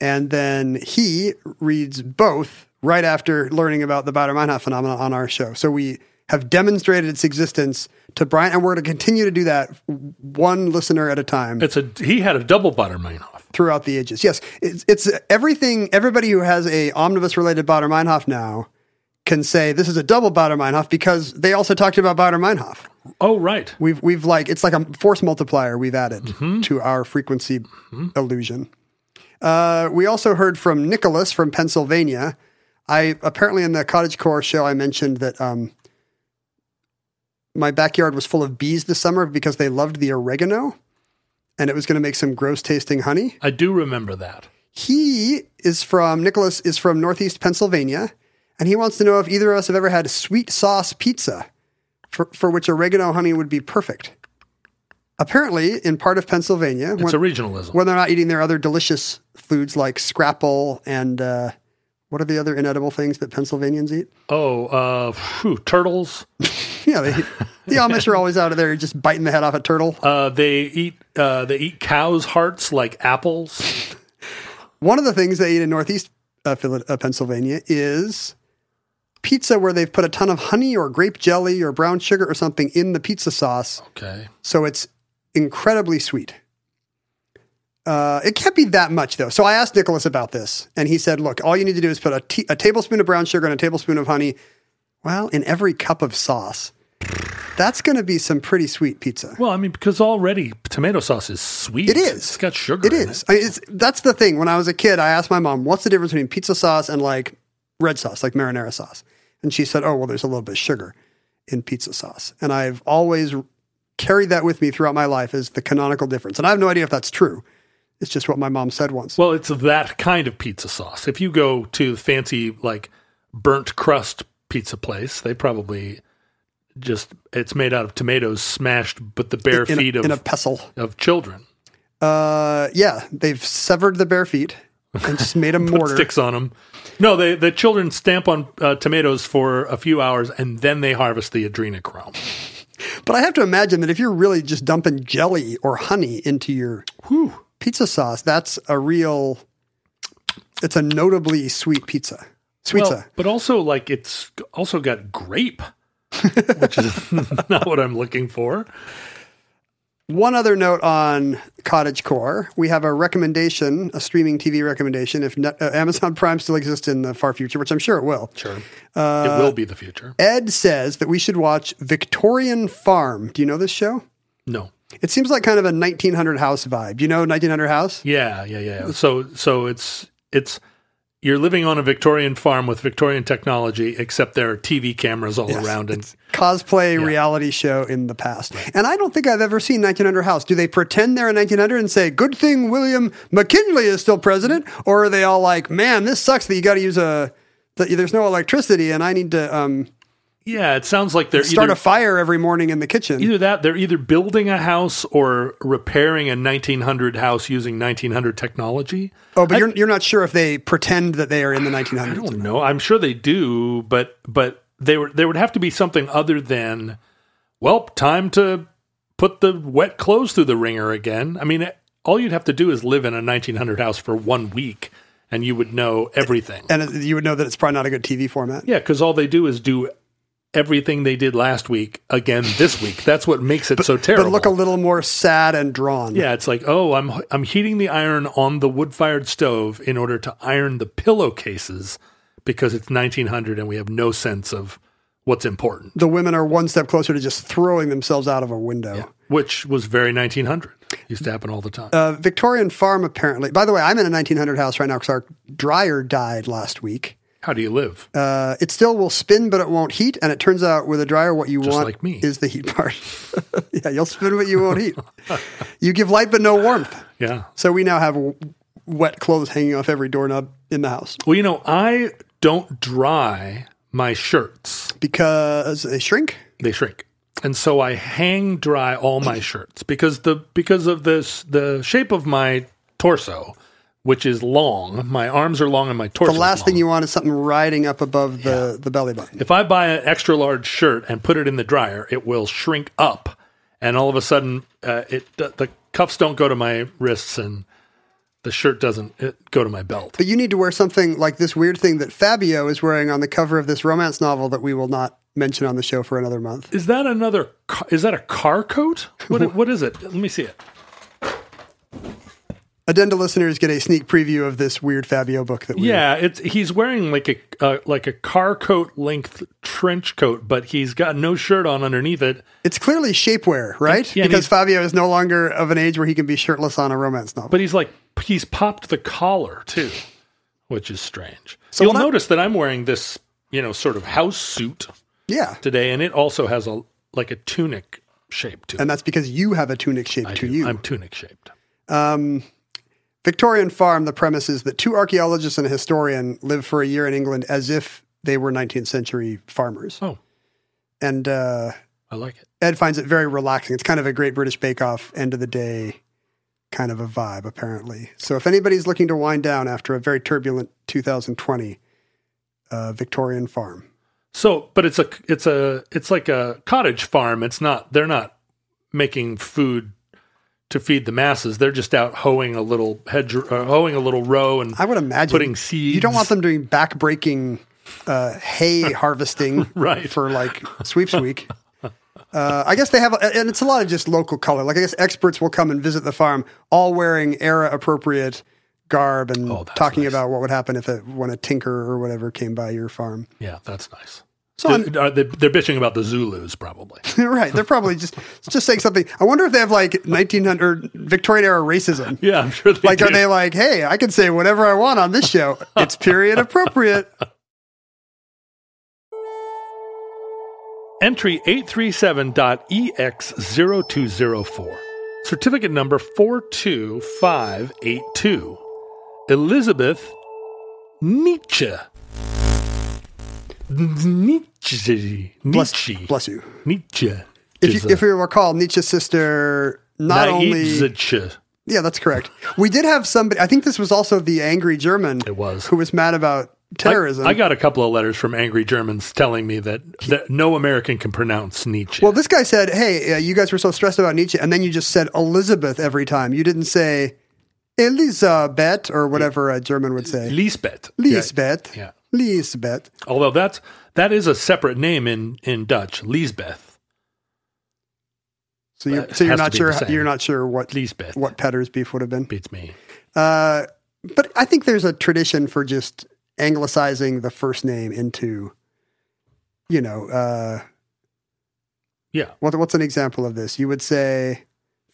And then he reads both right after learning about the Bader-Meinhof phenomenon on our show. So we have demonstrated its existence to Brian, and we're going to continue to do that one listener at a time
it's a he had a double butter Meinhof.
throughout the ages. Yes, it's, it's everything. Everybody who has a omnibus related Bader Meinhof now can say this is a double Bader Meinhof because they also talked about Bader Meinhof.
Oh, right.
We've we've like it's like a force multiplier we've added to our frequency illusion. Uh, we also heard from Nicholas from Pennsylvania. I apparently in the cottage core show I mentioned that um, my backyard was full of bees this summer because they loved the oregano, and it was going to make some gross tasting honey
I do remember that.
he is from Nicholas is from Northeast Pennsylvania, and he wants to know if either of us have ever had sweet sauce pizza, for, for which oregano honey would be perfect. Apparently, in part of Pennsylvania,
It's
when,
originalism.
when they're not eating their other delicious foods like scrapple and uh, what are the other inedible things that Pennsylvanians eat?
oh, uh, phew, turtles.
Yeah, they, the Amish are always out of there just biting the head off a turtle.
Uh, they eat uh, they eat cows' hearts like apples.
One of the things they eat in Northeast uh, Phila- uh, Pennsylvania is pizza where they've put a ton of honey or grape jelly or brown sugar or something in the pizza sauce.
Okay.
So it's incredibly sweet. Uh, it can't be that much though. So I asked Nicholas about this, and he said, "Look, all you need to do is put a, te- a tablespoon of brown sugar and a tablespoon of honey, well, in every cup of sauce. That's going to be some pretty sweet pizza.
Well, I mean, because already tomato sauce is sweet.
It is.
It's got sugar.
It
in
is. I mean, it's, that's the thing. When I was a kid, I asked my mom, "What's the difference between pizza sauce and like red sauce, like marinara sauce?" And she said, "Oh, well, there's a little bit of sugar in pizza sauce." And I've always carried that with me throughout my life as the canonical difference. And I have no idea if that's true. It's just what my mom said once.
Well, it's that kind of pizza sauce. If you go to the fancy like burnt crust pizza place, they probably just it's made out of tomatoes smashed but the bare
in,
feet
a,
of
in a pestle.
of children.
Uh, yeah, they've severed the bare feet and just made a mortar.
Sticks on them. No, they the children stamp on uh, tomatoes for a few hours and then they harvest the adrenochrome.
But I have to imagine that if you're really just dumping jelly or honey into your pizza sauce, that's a real. It's a notably sweet pizza. Sweet
Well,
sa-
but also like it's also got grape, which is not what I'm looking for.
One other note on Cottage Core: we have a recommendation, a streaming TV recommendation. If not, uh, Amazon Prime still exists in the far future, which I'm sure it will,
Sure,
Uh,
it will be the future.
Ed says that we should watch Victorian Farm. Do you know this show?
No,
It seems like kind of a 1900 house vibe. You know 1900 house?
Yeah, yeah, yeah. So so it's it's you're living on a Victorian farm with Victorian technology, except there are TV cameras all around and
cosplay reality show in the past. And I don't think I've ever seen 1900 House. Do they pretend they're in 1900 and say, good thing William McKinley is still president? Or are they all like, man, this sucks that you got to use a, that there's no electricity and I need to um,
yeah, it sounds like they're
start
either,
a fire every morning in the kitchen.
either that they're either building a house or repairing a 1900 house using 1900 technology.
oh, but you're, you're not sure if they pretend that they are in the 1900s.
I don't know. I'm sure they do, but but they were there would have to be something other than, well, time to put the wet clothes through the ringer again. I mean, all you'd have to do is live in a 1900 house for one week and you would know everything.
And it, you would know that it's probably not a good TV format.
Yeah, because all they do is do everything they did last week again this week. That's what makes it so terrible.
But look a little more sad and drawn.
yeah, it's like oh, I'm I'm heating the iron on the wood fired stove in order to iron the pillowcases because it's 1900 and we have no sense of what's important,
The women are one step closer to just throwing themselves out of a window.
which was very 1900. Used to happen all the time.
Uh, Victorian farm, apparently. By the way, I'm in a 1900 house right now because our dryer died last week.
How do you live?
Uh, it still will spin, but it won't heat. And it turns out with a dryer, what you want
like me.
is the heat part. yeah, you'll spin, but you won't heat. you give light, but no warmth.
yeah.
So we now have w- wet clothes hanging off every doorknob in the house
Well, you know, I don't dry my shirts.
because they shrink.
they shrink. And so I hang dry all my shirts because the because of this the shape of my torso, which is long, my arms are long and my torso.
The last thing you want is something riding up above the, the belly button.
if I buy an extra large shirt and put it in the dryer, it will shrink up, and all of a sudden, uh, it the cuffs don't go to my wrists and the shirt doesn't it, go to my belt.
But you need to wear something like this weird thing that Fabio is wearing on the cover of this romance novel that we will not mention on the show for another month.
Is that another? ca- Is that a car coat? What what is it? Let me see it.
Addenda listeners get a sneak preview of this weird Fabio book that we
Yeah, it's he's wearing like a uh, like a car coat length trench coat, but he's got no shirt on underneath it.
It's clearly shapewear, right?
Yeah, and
because
he's-
Fabio is no longer of an age where he can be shirtless on a romance novel.
But he's like he's popped the collar too, which is strange. You'll
when I-
notice that I'm wearing this, you know, sort of house suit
yeah.
today, and it also has a like a tunic shape to it.
And that's because you have a tunic shape to
I do.
you.
I'm tunic shaped.
Victorian Farm, the premise is that two archaeologists and a historian live for a year in England as if they were 19th century farmers.
Oh,
And uh,
I like it.
Ed finds it very relaxing. It's kind of a great British Bake Off end of the day kind of a vibe, apparently. So if anybody's looking to wind down after a very turbulent 2020, uh, Victorian Farm.
So, but it's a it's a it's like a cottage farm. It's not they're not making food to feed the masses. They're just out hoeing a little hedge, uh, hoeing a little row, and
I would imagine
Putting seeds.
You don't want them doing backbreaking uh, hay harvesting
Right.
for like sweeps week. Uh, I guess they have, and it's a lot of just local color. Like I guess experts will come and visit the farm, all wearing era appropriate garb and
Oh, that's
talking
nice.
about what would happen if it, when a tinker or whatever came by your farm.
yeah, that's nice.
So I'm-
Th- are they, they're bitching about the Zulus, probably.
right, they're probably just just saying something. I wonder if they have like 1900 Victorian era racism.
Yeah, I'm sure. They
Like,
do.
are they like, hey, I can say whatever I want on this show. It's period appropriate.
Entry E 837.EX0204. Certificate number 42582. Elizabeth Nietzsche. Nietzsche.
Bless,
Nietzsche.
bless you.
Nietzsche.
if you, if you recall, Nietzsche's sister not only
Nietzsche.
yeah, that's correct. We did have somebody. I think this was also the angry German
It was.
who was mad about terrorism.
I, I got a couple of letters from angry Germans telling me that, that no American can pronounce Nietzsche.
well, this guy said, "Hey, uh, you guys were so stressed about Nietzsche, and then you just said Elizabeth every time. You didn't say Elisabeth or whatever a German would say.
Lisbeth.
Lisbeth.
Yeah.
Lisbeth.
Although that's that is a separate name in in Dutch, Lisbeth.
So you're,
That
so you're
has to
not
be the
sure.
same.
You're not sure what
Lisbeth
what Petter's beef would have been.
beats me.
Uh, but I think there's a tradition for just anglicizing the first name into, you know, uh,
Yeah,
what, what's an example of this? You would say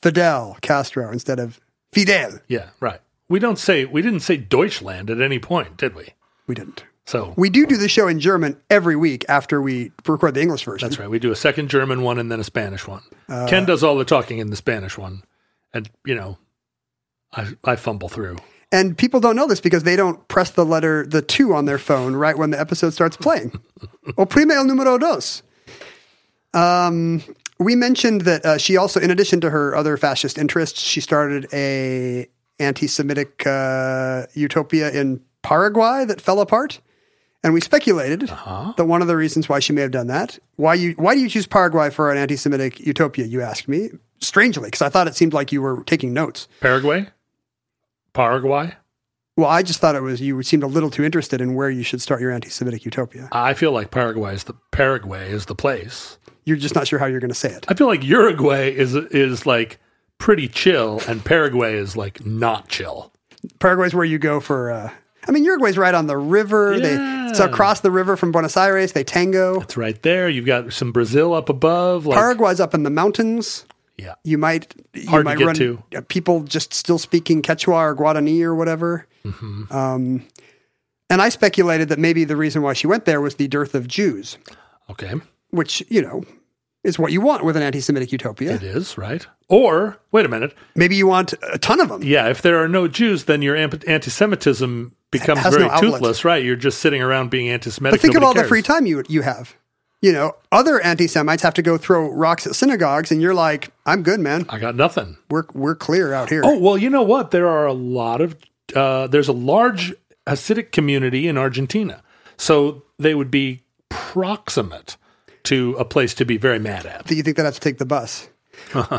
Fidel Castro instead of Fidel.
yeah, right. We don't say we didn't say Deutschland at any point, did we?
We didn't.
So
We do do the show in German every week after we record the English version.
that's right. We do a second German one and then a Spanish one. Ken does all the talking in the Spanish one, and you know, I I fumble through.
And people don't know this because they don't press the letter, the two on their phone right when the episode starts playing. Oprime el número dos. Um, we mentioned that uh, she also, in addition to her other fascist interests, she started a anti-Semitic uh, utopia in Paraguay that fell apart. And we speculated that one of the reasons why she may have done that, why you, why do you choose Paraguay for an anti-Semitic utopia? You asked me. strangely because I thought it seemed like you were taking notes.
Paraguay? Paraguay?
Well, I just thought it was you seemed a little too interested in where you should start your anti-Semitic utopia.
I feel like Paraguay is the Paraguay is the place.
You're just not sure how you're going to say it.
I feel like Uruguay is is like pretty chill and Paraguay is like not chill.
Paraguay's where you go for. Uh, I mean, Uruguay's right on the river. They it's
Yeah.
across the river from Buenos Aires. They tango.
It's right there. You've got some Brazil up above. Like,
Paraguay's up in the mountains.
yeah.
You might you
Hard to
might
get
run
to.
uh, people just still speaking Quechua or Guarani or whatever. Um,
Mm-hmm.
and I speculated that maybe the reason why she went there was the dearth of Jews,
Okay.
which you know is what you want with an anti-Semitic utopia.
It is, right? Or, wait a minute.
Maybe you want a ton of them.
Yeah, if there are no Jews, then your amp- anti Semitism becomes
Has
very
no outlet.
toothless, right? You're just sitting around being anti Semitic.
But think of all the free time you you have. You know, other anti-Semites have to go throw rocks at synagogues, and you're like, "I'm good, man.
I got nothing.
We're we're clear out here."
Oh, well, you know what? There are a lot of, uh, there's a large Hasidic community in Argentina. So they would be proximate to a place to be very mad at.
Do you think that I have to take the bus?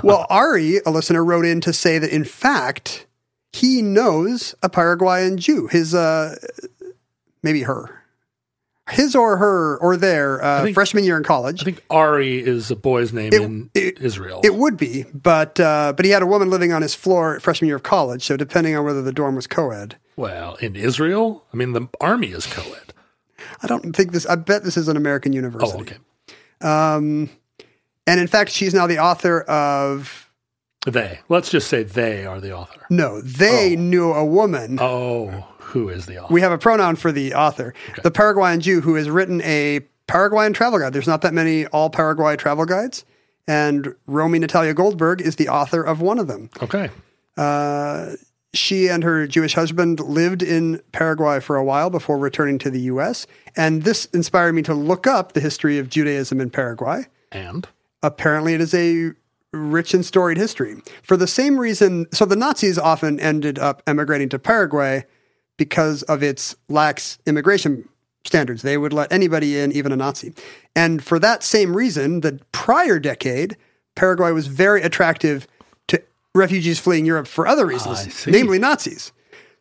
well, Ari, a listener, wrote in to say that in fact he knows a Paraguayan Jew. His uh, maybe her, his or her or their uh,
think-
freshman year in
I
college.
think Ari is a boy's name in
it-
Israel.
It would be, but uh, but he had a woman living on his floor freshman year of college. So depending on whether the dorm was co-ed,
well, in Israel? I mean, the army is co ed.
I don't think this. I bet this is an American university.
Oh, okay.
And in fact, she's now the author of
They. Let's just say they are the author.
No, they knew a woman.
Oh, who is the author?
We have a pronoun for the author, the Paraguayan Jew who has written a Paraguayan travel guide. There's not that many all Paraguay travel guides. And Romy Natalia Goldberg is the author of one of them.
Okay.
She and her Jewish husband lived in Paraguay for a while before returning to the US. And this inspired me to look up the history of Judaism in Paraguay.
And
apparently it is a rich and storied history. For the same reason, so the Nazis often ended up emigrating to Paraguay because of its lax immigration standards. They would let anybody in, even a Nazi. And for that same reason, the prior decade, Paraguay was very attractive to refugees fleeing Europe for other
Ah, I
reasons,
see.
namely Nazis.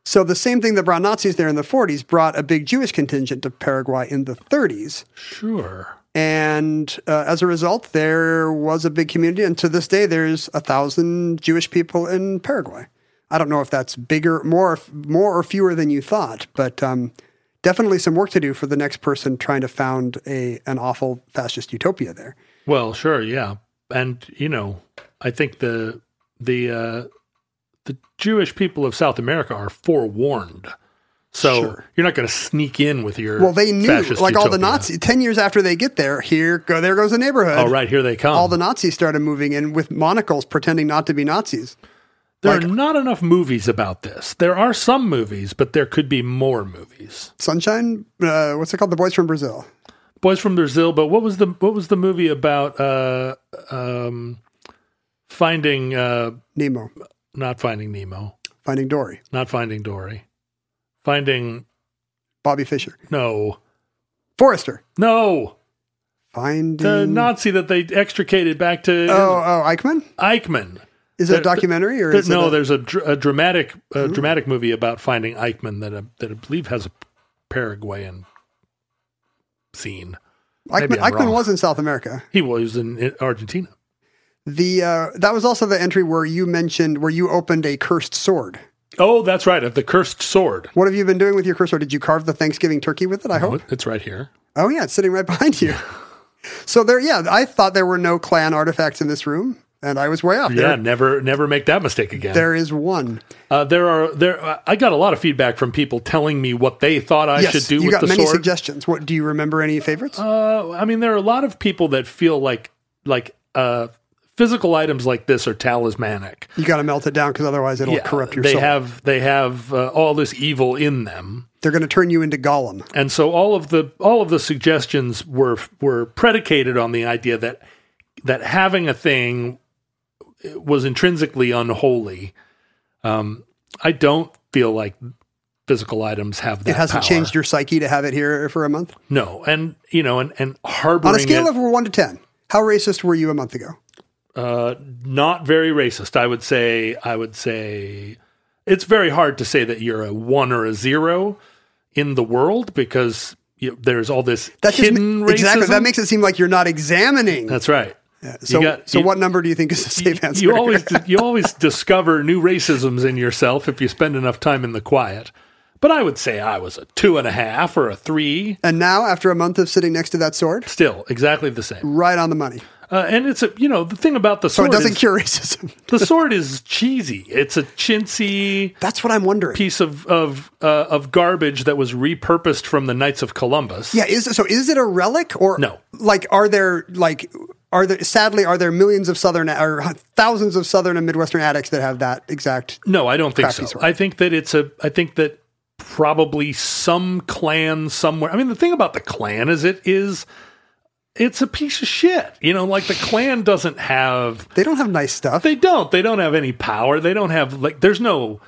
So the same thing that brought Nazis there in the 40s brought a big Jewish contingent to Paraguay in the 30s.
sure.
And uh, as a result, there was a big community. And to this day, there's a thousand Jewish people in Paraguay. I don't know if that's bigger, more, more or fewer than you thought, but um, definitely some work to do for the next person trying to found a an awful fascist utopia there.
Well, sure, yeah. And you know, I think the the uh the Jewish people of South America are forewarned. So
Sure.
you're not going to sneak in with your
Well, they knew,
fascist
like all the
utopia.
Nazis, ten years after they get there, here go there goes the neighborhood.
Oh, right, here they come.
All the Nazis started moving in with monocles, pretending not to be Nazis.
there
like-
are not enough movies about this. There are some movies, but there could be more movies.
Sunshine, uh, what's it called? The Boys from Brazil.
Boys from Brazil, but what was the what was the movie about uh um finding uh
Nemo,
not finding Nemo,
Finding Dory,
not finding Dory. Finding
Bobby Fischer.
no.
Forrester.
No.
Finding.
the Nazi that they extricated back to
Mm. oh, oh, Eichmann?
Eichmann.
Is it a
There-
documentary or
there-
is
no,
it? a-
there's a, dr- a dramatic a dramatic movie about finding Eichmann that I, that I believe has a Paraguayan scene.
Eichmann,
maybe I'm
Eichmann
wrong.
was in South America.
He was in in Argentina.
The uh, that was also the entry where you mentioned where you opened a cursed sword.
Oh, that's right, of the cursed sword.
What have you been doing with your cursed sword? Did you carve the Thanksgiving turkey with it? I hope.
It's right here.
Oh yeah, it's sitting right behind you. so there, yeah, I thought there were no clan artifacts in this room, and I was way off.
Yeah,
There,
never never make that mistake again.
there is one.
uh, there are there. uh, I got a lot of feedback from people telling me what they thought I
yes,
should do
you
with
got
the
many
sword.
suggestions. What do you remember? Any favorites?
Uh, I mean, there are a lot of people that feel like like uh, physical items like this are talismanic.
you got to melt it down because otherwise it'll corrupt your
they
soul.
have they have uh, all this evil in them,
They're going to turn you into Gollum.
and so all of the all of the suggestions were were predicated on the idea that that having a thing was intrinsically unholy. Um, I don't feel like physical items have that.
It hasn't
power.
changed your psyche to have it here for a month.
No, and you know, and and harboring
On a scale
it,
of one to ten, how racist were you a month ago?
uh, not very racist. I would say I would say it's very hard to say that you're a one or a zero in the world because you there's all this
That just
hidden
ma-
racism.
exactly that makes it seem like you're not examining.
That's right.
so,
you got-
so
you-
what number do you think is a
You-
safe answer?
You always you always discover new racisms in yourself if you spend enough time in the quiet. But I would say I was a two and a half or a three.
and now, after a month of sitting next to that sword,
Still exactly the same.
right on the money.
Uh, and it's a you know the thing about the
So
sword
it doesn't
is,
cure racism.
the sword is cheesy. It's a chintzy
That's what I'm wondering.
piece of of uh, of garbage that was repurposed from the Knights of Columbus.
Yeah, is so is it a relic or
No.
Like, are there like are there sadly are there millions of southern or thousands of southern and midwestern addicts that have that exact?
No, I don't think so.
Crappy sword.
I think that it's a. I think that probably some clan somewhere. I mean, the thing about the clan is it is. It's a piece of shit. You know, like the clan doesn't have.
They don't have nice stuff.
They don't. They don't have any power. They don't have like. There's no.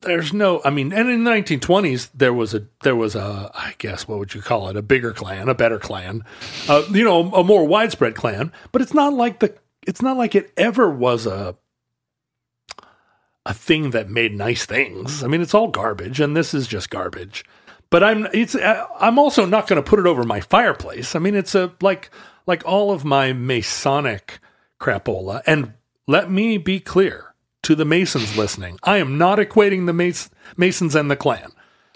There's no. I mean, and in the 1920s there was a. There was a. I guess what would you call it? A bigger clan, a better clan, uh, you know, a more widespread clan. But it's not like the. It's not like it ever was a a thing that made nice things. I mean, it's all garbage, and this is just garbage. But I'm it's I- I'm also not going to put it over my fireplace. I mean, it's a like like all of my Masonic crapola. And let me be clear to the Masons listening: I am not equating the Mas- Masons and the Klan.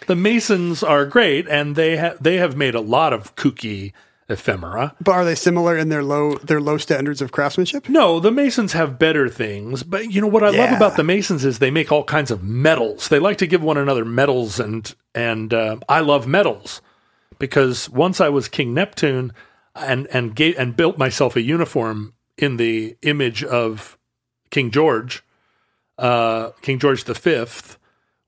The Masons are great, and they ha- they have made a lot of kooky ephemera.
but are they similar in their low their low standards of craftsmanship?
No, the Masons have better things, but you know what I love
Yeah.
about the Masons is they make all kinds of medals. They like to give one another medals, and and uh, I love medals because once I was King Neptune, and and gave, and built myself a uniform in the image of King George, uh, King George the Fifth,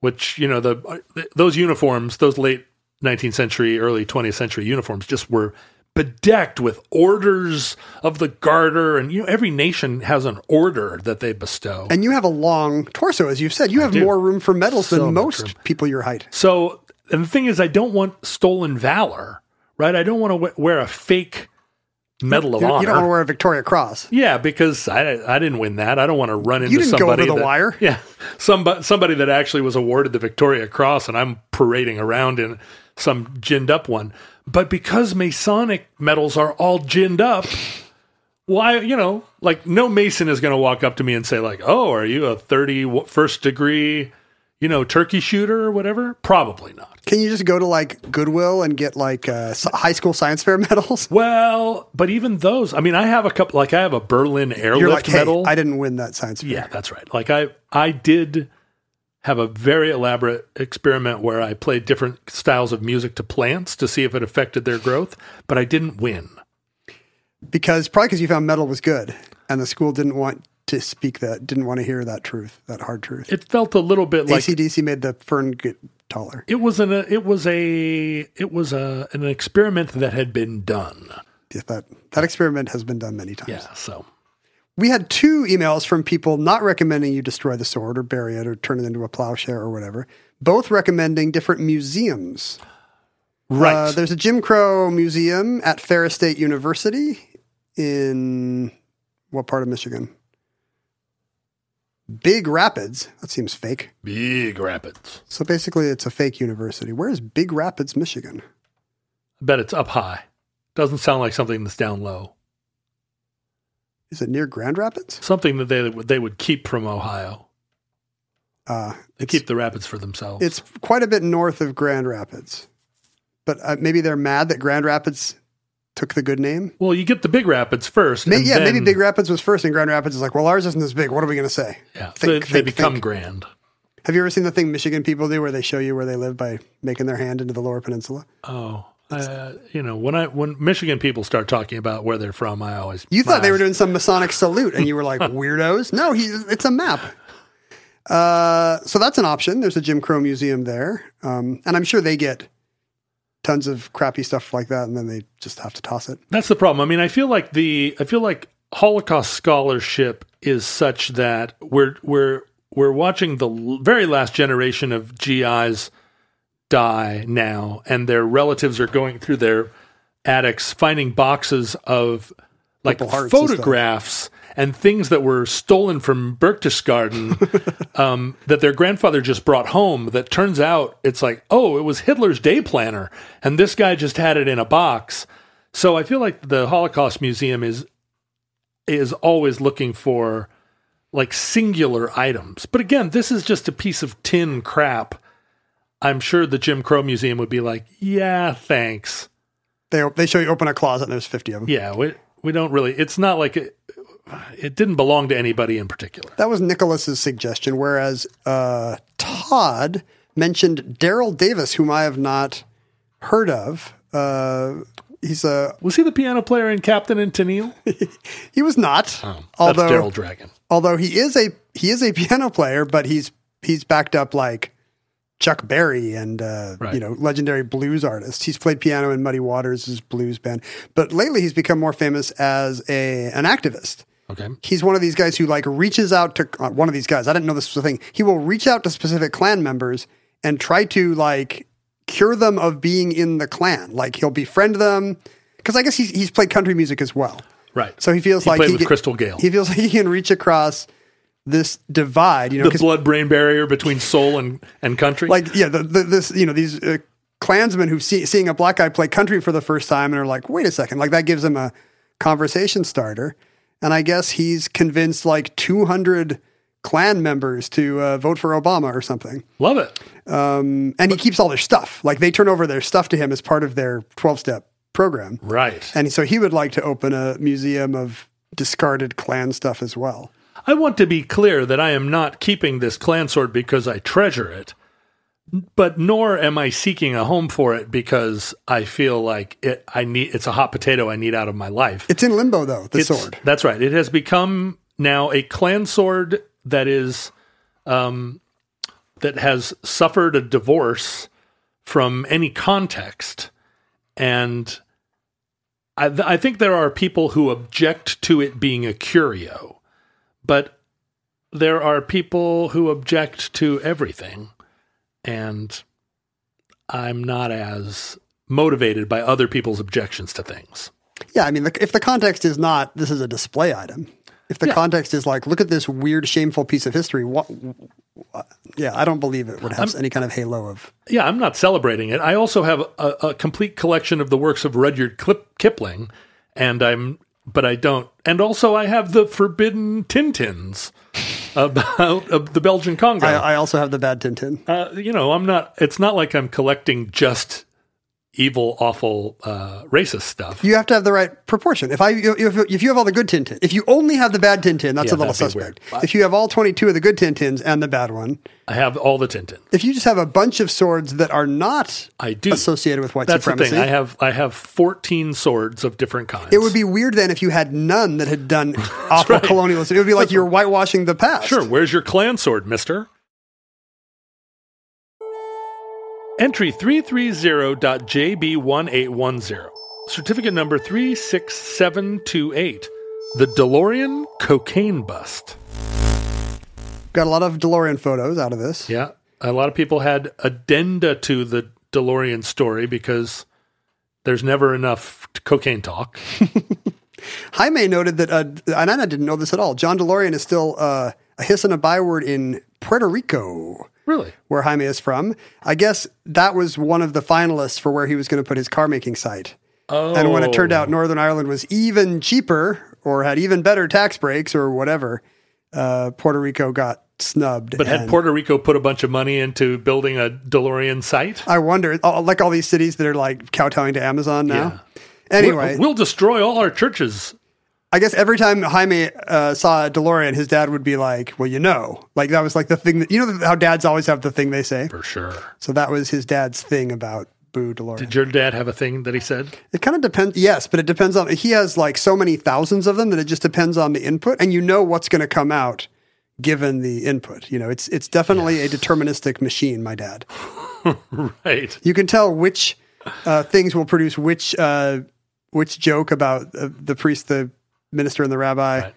which you know the those uniforms, those late 19th century, early 20th century uniforms, just were bedecked with orders of the garter, and you know every nation has an order that they bestow.
And you have a long torso, as you've said. You have more room for medals
So
than
much
most
room.
people your height.
So, and the thing is, I don't want stolen valor, right? I don't want to w- wear a fake medal of
You,
honor.
you don't want to wear a Victoria Cross.
Yeah, because I, I didn't win that. I don't want to run into
didn't go
somebody
over the
that-
wire.
Yeah, somebody somebody that actually was awarded the Victoria Cross, and I'm parading around in some ginned up one. But because Masonic medals are all ginned up, why you know, like no Mason is going to walk up to me and say like, "Oh, are you a thirty first degree, you know, turkey shooter or whatever?" Probably not.
Can you just go to like Goodwill and get like uh, s- high school science fair medals?
Well, but even those, I mean, I have a couple. Like I have a Berlin Airlift
You're like, hey,
medal.
I didn't win that science fair.
Yeah, that's right. Like I I did have a very elaborate experiment where I played different styles of music to plants to see if it affected their growth, but I didn't win.
because probably because you found metal was good and the school didn't want to speak that didn't want to hear that truth that hard truth
It felt a little bit like
acdc made the fern get taller
it was an it was a it was a an experiment that had been done.
If that that experiment has been done many times
Yeah, so
we had two emails from people not recommending you destroy the sword or bury it or turn it into a plowshare or whatever both recommending different museums
right.
Uh, there's a Jim Crow museum at Ferris State University in what part of Michigan? Big Rapids. That seems fake.
Big rapids.
So basically, it's a fake university. Where is Big Rapids, Michigan?
I bet it's up high. Doesn't sound like something that's down low.
Is it near Grand Rapids?
Something that they would they would keep from Ohio.
Uh,
They keep the rapids for themselves.
it's quite a bit north of Grand Rapids, but uh, maybe they're mad that Grand Rapids took the good name.
well, you get the big rapids first.
Maybe,
and
yeah, maybe
then-
Big Rapids was first, and Grand Rapids is like, well, ours isn't as big. What are we going to say?
Yeah,
Think,
they, they
think,
become
think.
grand.
Have you ever seen the thing Michigan people do where they show you where they live by making their hand into the Lower Peninsula?
Oh, uh, you know when I when Michigan people start talking about where they're from, I always
You thought
my
they were
eyes-
doing some Masonic salute, and you were like, "Weirdos!" No, he, it's a map. Uh, so that's an option. There's a Jim Crow museum there, um, and I'm sure they get tons of crappy stuff like that, and then they just have to toss it.
That's the problem. I mean, I feel like the I feel like Holocaust scholarship is such that we're we're we're watching the l- very last generation of GIs die now, and their relatives are going through their attics finding boxes of like
Purple hearts and stuff.
photographs and, things that were stolen from Berchtesgaden um, that their grandfather just brought home. That turns out it's like, oh, it was Hitler's day planner, and this guy just had it in a box. So I feel like the Holocaust Museum is is always looking for like singular items. But again, this is just a piece of tin crap. I'm sure the Jim Crow Museum would be like, yeah, thanks.
They they show you open a closet and there's fifty of them.
Yeah, we we don't really. It's not like it, it didn't belong to anybody in particular.
That was Nicholas's suggestion, whereas uh, Todd mentioned Daryl Davis, whom I have not heard of. Uh, he's a
Was he the piano player in Captain and Tennille?
he was not,
Oh, That's
although
Daryl Dragon.
although he is a he is a piano player, but he's he's backed up like Chuck Berry and uh,
Right.
you know legendary blues artists. He's played piano in Muddy Waters' blues band, but lately he's become more famous as a an activist.
Okay,
he's one of these guys who like reaches out to uh, one of these guys. I didn't know this was a thing. He will reach out to specific clan members and try to like cure them of being in the clan. Like he'll befriend them because I guess he's, he's played country music as well.
right.
So he feels like
played
he
with
can-
Crystal Gale.
He feels like he can reach across this divide. You know,
the
'cause,
blood brain barrier between soul and and country.
like yeah, the, the, this you know these. Uh, Klansmen who see seeing a black guy play country for the first time and are like, wait a second, like that gives him a conversation starter. And I guess he's convinced like 200 Klan members to uh, vote for Obama or something.
love it.
And he keeps all their stuff. Like they turn over their stuff to him as part of their 12 step program.
Right.
And so he would like to open a museum of discarded Klan stuff as well.
I want to be clear that I am not keeping this clan sword because I treasure it, but nor am I seeking a home for it because I feel like it. I need it's a hot potato I need out of my life.
It's in limbo though, the
It's-
sword.
That's right. It has become now a clan sword that is, um, that has suffered a divorce from any context, and I, th- I think there are people who object to it being a curio, but there are people who object to everything, and I'm not as motivated by other people's objections to things.
Yeah, I mean, the, if the context is not this is a display item, if the context is like, look at this weird, shameful piece of history, what? yeah, I don't believe it would have any kind of halo of.
Yeah, I'm not celebrating it. I also have a, a complete collection of the works of Rudyard Clip, Kipling, and I'm, but I don't. And also, I have the Forbidden Tintins about of the Belgian Congo.
I, I also have the bad Tintin.
uh, you know, I'm not. It's not like I'm collecting just evil, awful, uh, racist stuff.
You have to have the right proportion. If I if, if you have all the good Tintin, if you only have the bad Tintin, that's
Yeah,
a little
that'd be weird.
suspect. If you have all twenty two of the good Tintins and the bad one,
I have all the Tintin.
if you just have a bunch of swords that are not
I do.
associated with white
That's
supremacy,
the thing. I have I have 14 swords of different kinds.
it would be weird then if you had none that had done awful
right.
colonialism. It would be like you're whitewashing the past.
Sure, where's your clan sword, mister? Entry 330.JB1810. Certificate number 36728. The DeLorean cocaine bust.
Got a lot of DeLorean photos out of this.
Yeah, a lot of people had addenda to the DeLorean story because there's never enough cocaine talk.
Jaime noted that, uh, and I didn't know this at all. John DeLorean is still uh, a hiss and a byword in Puerto Rico,
Really?
where Jaime is from. I guess that was one of the finalists for where he was going to put his car making site.
Oh.
And when it turned out Northern Ireland was even cheaper or had even better tax breaks or whatever, uh, Puerto Rico got snubbed.
But had
and
Puerto Rico put a bunch of money into building a DeLorean site?
I wonder, uh, like all these cities that are like kowtowing to Amazon now. Anyway,
We'll destroy all our churches.
I guess every time Jaime uh, saw a DeLorean, his dad would be like, "Well, you know, like that was like the thing that you know how dads always have the thing they say."
For sure.
So that was his dad's thing about Boo DeLorean.
Did your dad have a thing that he said?
it kind of depends, yes, but it depends on. He has like so many thousands of them that it just depends on the input, and you know what's going to come out given the input. You know, it's it's definitely a deterministic machine. My dad,
Right.
you can tell which uh, things will produce which uh, which joke about uh, the priest, the minister, and the rabbi.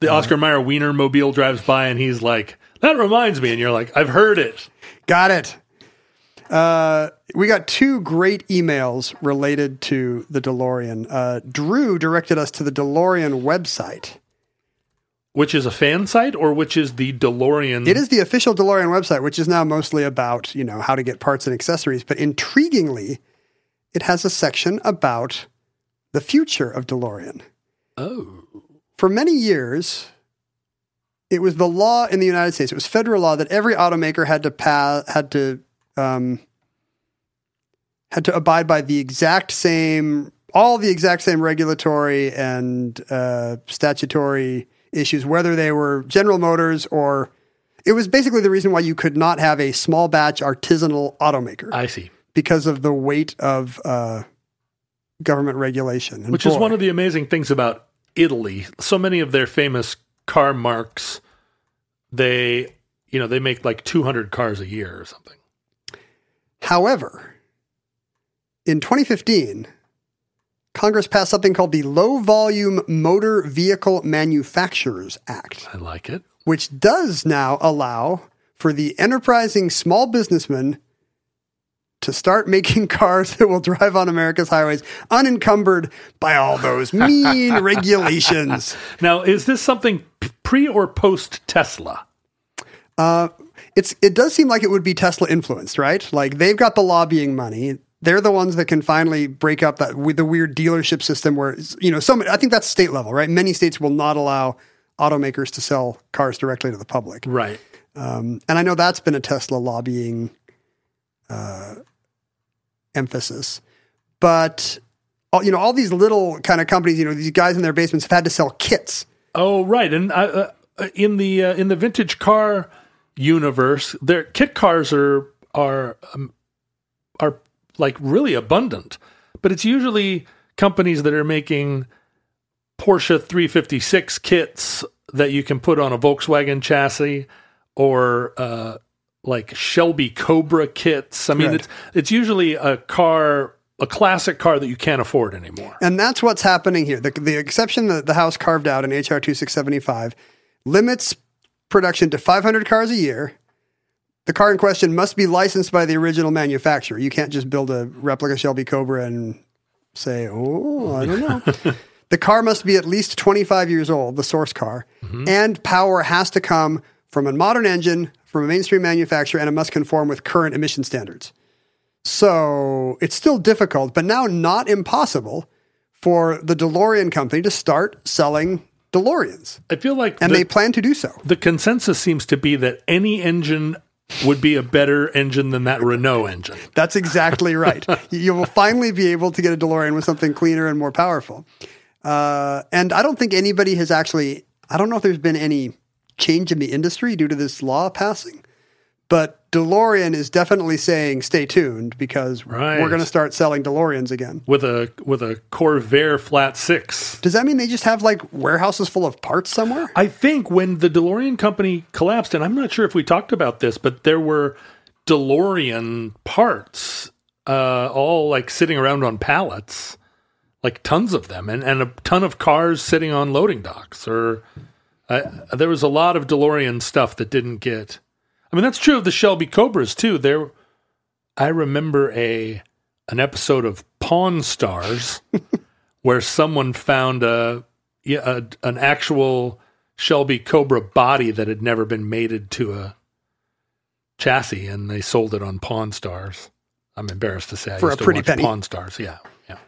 The Oscar Mayer Wiener mobile drives by and he's like, that reminds me. And you're like, I've heard it.
Got it. Uh, we got two great emails related to the DeLorean. Uh, Drew directed us to the DeLorean website.
Which is a fan site or which is the DeLorean?
It is the official DeLorean website, which is now mostly about, you know, how to get parts and accessories. But intriguingly, it has a section about the future of DeLorean.
Oh.
For many years, it was the law in the United States. It was federal law that every automaker had to pass, had to, um, had to abide by the exact same, all the exact same regulatory and uh, statutory issues, whether they were General Motors or. It was basically the reason why you could not have a small batch artisanal automaker
I see.
because of the weight of uh, government regulation. And
Which is
boy,
one of the amazing things about Italy. So many of their famous car marks, they, you know, they make like 200 cars a year or something.
However, in 2015, Congress passed something called the Low Volume Motor Vehicle Manufacturers Act,
I like it.
which does now allow for the enterprising small businessman to start making cars that will drive on America's highways unencumbered by all those mean regulations.
Now, is this something p- pre or post Tesla?
it's it does seem like it would be Tesla influenced, right? Like they've got the lobbying money. They're the ones that can finally break up that with the weird dealership system where you know some. I think that's state level, right? Many states will not allow automakers to sell cars directly to the public,
Right.
um, and I know that's been a Tesla lobbying uh, emphasis. But all, you know, all these little kind of companies, you know, these guys in their basements have had to sell kits.
Oh, right. And uh, uh, in the uh, in the vintage car universe, their kit cars are are um, are like really abundant, but it's usually companies that are making Porsche 356 kits that you can put on a Volkswagen chassis or uh, like Shelby Cobra kits. I mean,
Right.
it's it's usually a car, a classic car that you can't afford anymore.
And that's what's happening here. The, the exception that the House carved out in H.R. 2675 limits production to 500 cars a year. The car in question must be licensed by the original manufacturer. You can't just build a replica Shelby Cobra and say, oh, I don't know. the car must be at least 25 years old, the source car, and power has to come from a modern engine, from a mainstream manufacturer, and it must conform with current emission standards. So it's still difficult, but now not impossible for the DeLorean company to start selling DeLoreans.
I feel like
And
the-
they plan to do so.
the consensus seems to be that any engine would be a better engine than that Renault engine.
That's exactly right. you will finally be able to get a DeLorean with something cleaner and more powerful. Uh, and I don't think anybody has actually, I don't know if there's been any change in the industry due to this law passing, but DeLorean is definitely saying stay tuned because
Right.
we're going to start selling DeLoreans again.
With a with a Corvair flat six.
Does that mean they just have like warehouses full of parts somewhere?
I think when the DeLorean company collapsed, and I'm not sure if we talked about this, but there were DeLorean parts uh, all like sitting around on pallets, like tons of them, and, and a ton of cars sitting on loading docks. Or uh, there was a lot of DeLorean stuff that didn't get. I mean, that's true of the Shelby Cobras too. There, I remember a an episode of Pawn Stars where someone found a, yeah, a an actual Shelby Cobra body that had never been mated to a chassis, and they sold it on Pawn Stars. I'm embarrassed to say I
For a
used to
pretty
watch
penny.
Pawn Stars, yeah, yeah.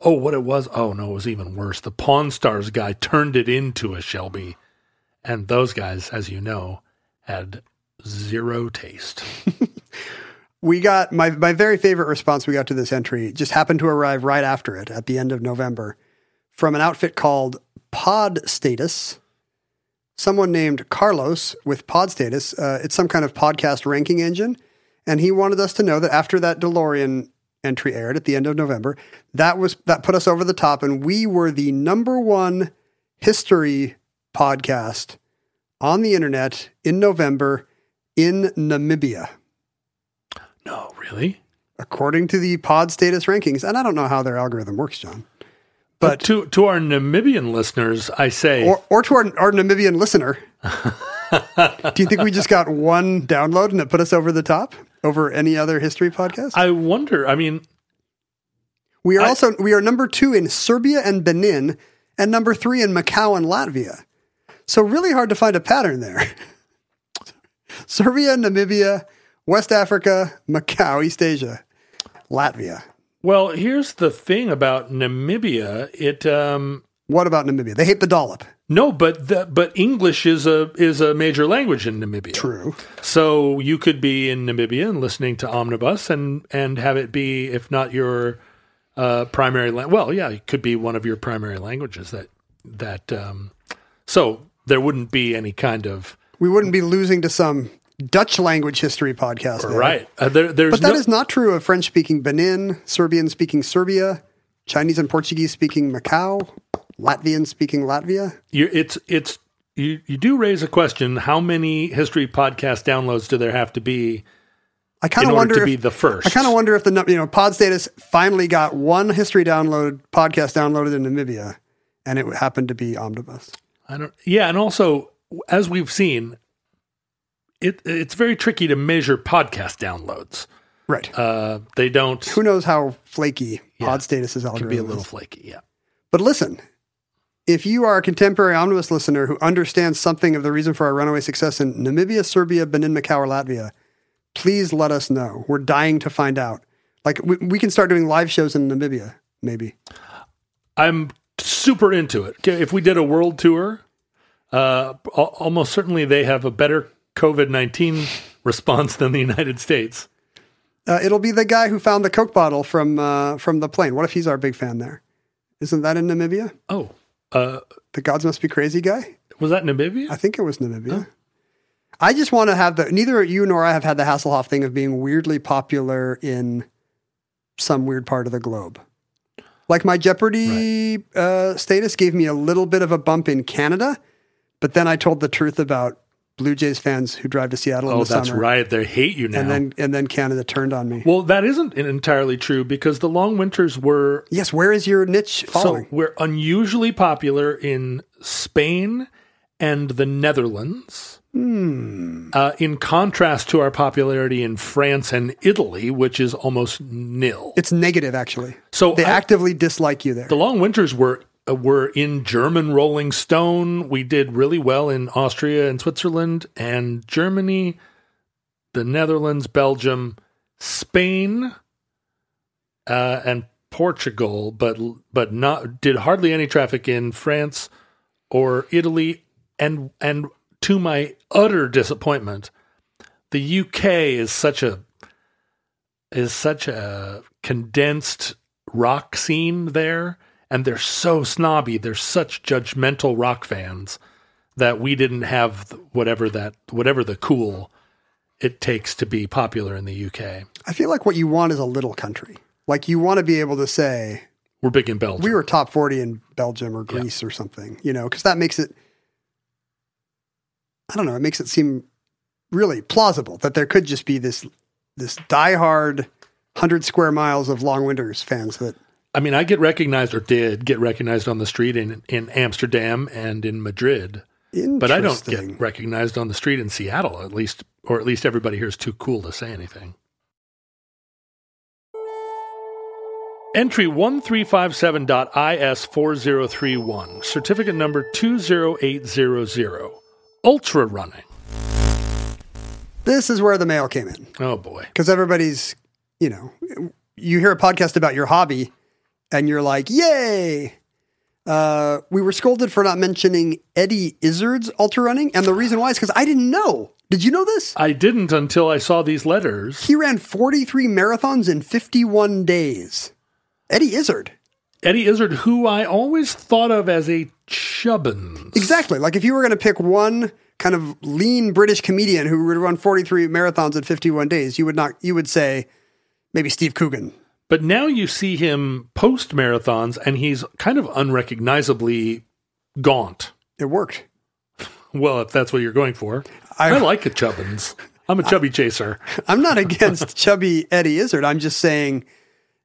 Oh, what it was? Oh no, it was even worse. The Pawn Stars guy turned it into a Shelby, and those guys, as you know, had zero taste.
we got my, my very favorite response we got to this entry just happened to arrive right after it at the end of November from an outfit called Pod Status. Someone named Carlos with Pod Status. Uh, it's some kind of podcast ranking engine. And he wanted us to know that after that DeLorean entry aired at the end of November, that was that put us over the top, and we were the number one history podcast on the internet in November in Namibia
No, really.
according to the pod status rankings. And I don't know how their algorithm works, John,
But to to our Namibian listeners, I say
or, or to our, our Namibian listener. Do you think we just got one download and it put us over the top? over any other history podcast?
I wonder. I mean,
we are
I-
also we are number two in Serbia and Benin, and number three in Macau and Latvia. So really hard to find a pattern there. Serbia, Namibia, West Africa, Macau, East Asia, Latvia.
well, here's the thing about Namibia. It um,
What about Namibia? They hate the dollop.
no, but the, but English is a is a major language in Namibia.
True.
So you could be in Namibia and listening to Omnibus and and have it be if not your uh, primary language. Well, yeah, it could be one of your primary languages. That that um, so there wouldn't be any kind of
We wouldn't be losing to some Dutch language history podcast. there.
right. Uh, there, there's
But that
no-
is not true of French speaking Benin, Serbian speaking Serbia, Chinese and Portuguese speaking Macau, Latvian speaking Latvia.
you it's it's you you do raise a question how many history podcast downloads do there have to be
I kind
in
of
order
wonder
to
if,
be the first
I kind of wonder if the num- you know Pod Status finally got one history download podcast downloaded in Namibia, and it happened to be Omnibus.
I don't yeah and also as we've seen it it's very tricky to measure podcast downloads
Right.
uh they don't
Who knows how flaky
Yeah.
Pod Status's algorithm
can be a little
is.
flaky yeah
But listen, if you are a contemporary omnibus listener who understands something of the reason for our runaway success in Namibia, Serbia, Benin, Macau, or Latvia, please let us know. We're dying to find out. Like, we, we can start doing live shows in Namibia, maybe.
I'm super into it Okay, if we did a world tour uh al- almost certainly they have a better covid-19 response than the United States
Uh, it'll be the guy who found the Coke bottle from, uh, from the plane. What if he's our big fan there? Isn't that in Namibia?
oh uh
The Gods Must Be Crazy guy?
was that Namibia
I think it was Namibia. I just want to have the. Neither you nor I have had the Hasselhoff thing of being weirdly popular in some weird part of the globe. Like my Jeopardy uh, status gave me a little bit of a bump in Canada, but then I told the truth about Blue Jays fans who drive to Seattle in
Oh,
the
that's
summer,
right. They hate you now.
and then and then Canada turned on me.
well, that isn't entirely true because the long winters were
yes, where is your niche
so
following?
were unusually popular in Spain and the Netherlands.
Hmm.
Uh, in contrast to our popularity in France and Italy, which is almost nil.
it's negative, actually.
So
They
I-
actively dislike you there.
the long winters were uh, were in German Rolling Stone. We did really well in Austria and Switzerland and Germany, the Netherlands, Belgium, Spain, uh, and Portugal, but but not did hardly any traffic in France or Italy, and and to my utter disappointment, the UK is such a is such a condensed rock scene there and they're so snobby they're such judgmental rock fans that we didn't have th- whatever that whatever the cool it takes to be popular in the UK
I feel like what you want is a little country. Like you want to be able to say,
we're big in Belgium
we were top 40 in Belgium or Greece or something, you know, because that makes it, I don't know, it makes it seem really plausible that there could just be this, this diehard 100 square miles of long winters fans that,
I mean I get recognized or did get recognized on the street in in Amsterdam and in Madrid but I don't
Interesting.
get recognized on the street in Seattle at least or at least everybody here is too cool to say anything Entry 1357.IS4031, certificate number 20800, ultra running.
this is where the mail came in
Oh boy.
because everybody's, you know, you hear a podcast about your hobby and you're like, yay. Uh, we were scolded for not mentioning Eddie Izzard's ultra running. And the reason why is because I didn't know. Did you know this?
I didn't until I saw these letters.
He ran 43 marathons in 51 days. Eddie Izzard.
Eddie Izzard, who I always thought of as a chubbins.
Exactly. Like if you were going to pick one kind of lean British comedian who would run 43 marathons in 51 days, you would not you would say maybe Steve Coogan.
But now you see him post marathons and he's kind of unrecognizably gaunt.
It worked.
Well, if that's what you're going for. I,
I-
like a chubbins. I'm a chubby chaser.
I'm not against chubby Eddie Izzard. I'm just saying,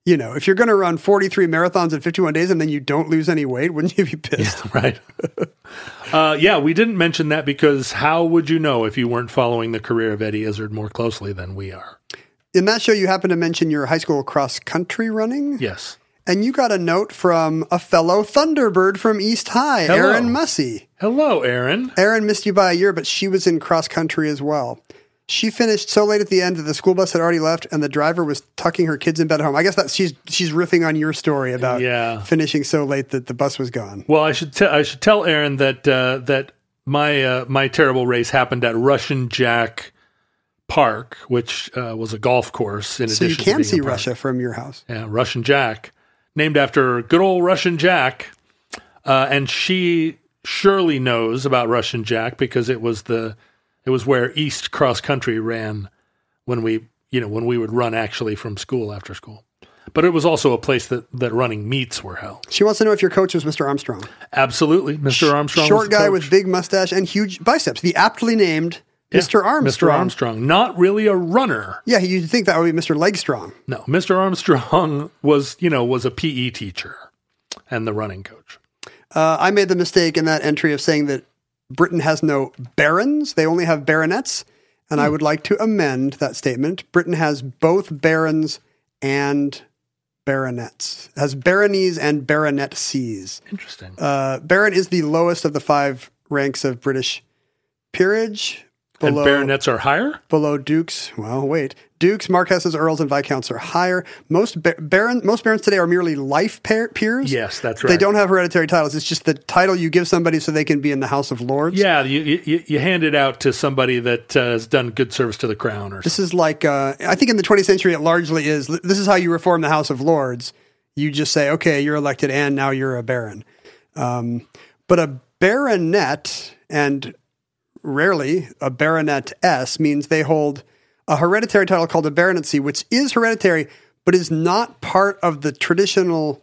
you know, if you're going to run 43 marathons in 51 days and then you don't lose any weight, wouldn't you be pissed?
right? uh, yeah, we didn't mention that because how would you know if you weren't following the career of Eddie Izzard more closely than we are?
in that show, you happened to mention your high school cross country running,
Yes.
and you got a note from a fellow Thunderbird from East High,
Hello.
Erin Mussey.
Hello, Aaron.
Erin missed you by a year, but she was in cross country as well. She finished so late at the end that the school bus had already left, and the driver was tucking her kids in bed at home. I guess that she's she's riffing on your story about
Yeah.
finishing so late that the bus was gone.
Well, I should te- I should tell Aaron that uh, that my uh, my terrible race happened at Russian Jack Park, which uh, was a golf course. In
So you
addition, to
can
being a
see
park.
Russia from your house.
Yeah, uh, Russian Jack, named after good old Russian Jack. Uh, and she surely knows about Russian Jack because it was the it was where East Cross Country ran when we you know when we would run actually from school after school. But it was also a place that that running meets were held.
She wants to know if your coach was Mr. Armstrong,
Absolutely, Mr. Armstrong, was
short
the
guy
coach.
with big mustache and huge biceps, the aptly named
Yeah,
Mr. Armstrong.
Mr. Armstrong, not really a runner.
Yeah, you'd think that would be Mr. Legstrong.
No, Mr. Armstrong was you know was a PE teacher and the running coach.
Uh, I made the mistake in that entry of saying that Britain has no barons, they only have baronets. And I would like to amend that statement. Britain has both barons and baronets, It has baronies and baronetcies.
Interesting.
Uh, baron is the lowest of the five ranks of British peerage.
and
Below,
baronets are higher.
below dukes, well, wait, dukes, marquesses, earls, and viscounts are higher. Most ba- baron, most barons today are merely life pe- peers.
Yes, that's right.
They don't have hereditary titles. It's just the title you give somebody so they can be in the House of Lords.
Yeah, you, you you hand it out to somebody that uh, has done good service to the crown, or
This is like, uh, I think in the 20th century, it largely is. This is how you reform the House of Lords. You just say, okay, you're elected and now you're a baron. Um, but a baronet and rarely a baronetess means they hold a hereditary title called a baronetcy, which is hereditary, but is not part of the traditional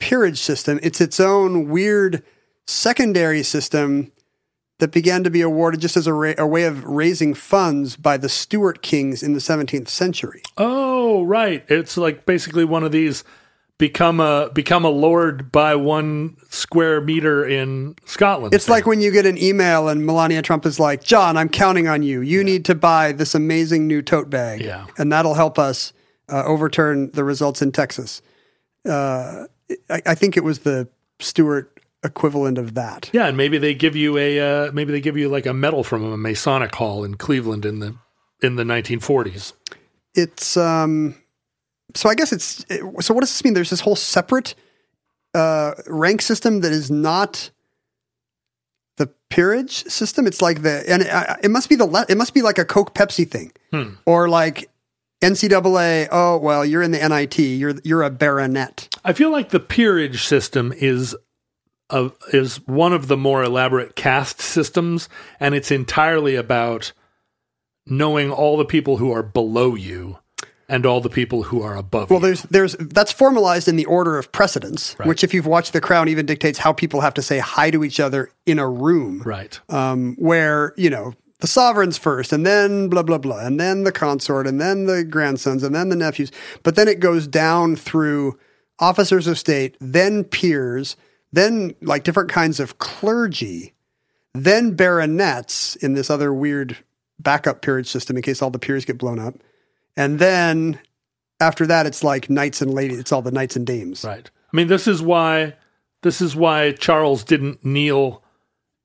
peerage system. It's its own weird secondary system that began to be awarded just as a, ra- a way of raising funds by the Stuart kings in the 17th century.
oh, right, it's like basically one of these become a become a lord by one square meter in Scotland.
It's like when you get an email and Melania Trump is like, John, I'm counting on you. You need to buy this amazing new tote bag.
Yeah.
And that'll help us uh, overturn the results in Texas. Uh, I, I think it was the Stuart equivalent of that.
yeah, and maybe they give you a uh, maybe they give you like a medal from a Masonic hall in Cleveland in the in the 1940s.
it's um so i guess it's it- so what does this mean there's this whole separate uh rank system that is not the peerage system it's like the and it, I- it must be the le- it must be like a coke pepsi thing or like ncaa oh well you're in the nit you're you're a baronet
I feel like the peerage system is a, is one of the more elaborate caste systems, and it's entirely about knowing all the people who are below you and all the people who are above
well
you.
there's there's that's formalized in the order of precedence which if you've watched the crown even dictates how people have to say hi to each other in a room
Right.
um, where you know the sovereigns first, and then blah blah blah, and then the consort, and then the grandsons, and then the nephews. But then it goes down through officers of state, then peers, then like different kinds of clergy, then baronets in this other weird backup peerage system in case all the peers get blown up, and then after that it's like knights and ladies. It's all the knights and dames.
Right. I mean, this is why this is why Charles didn't kneel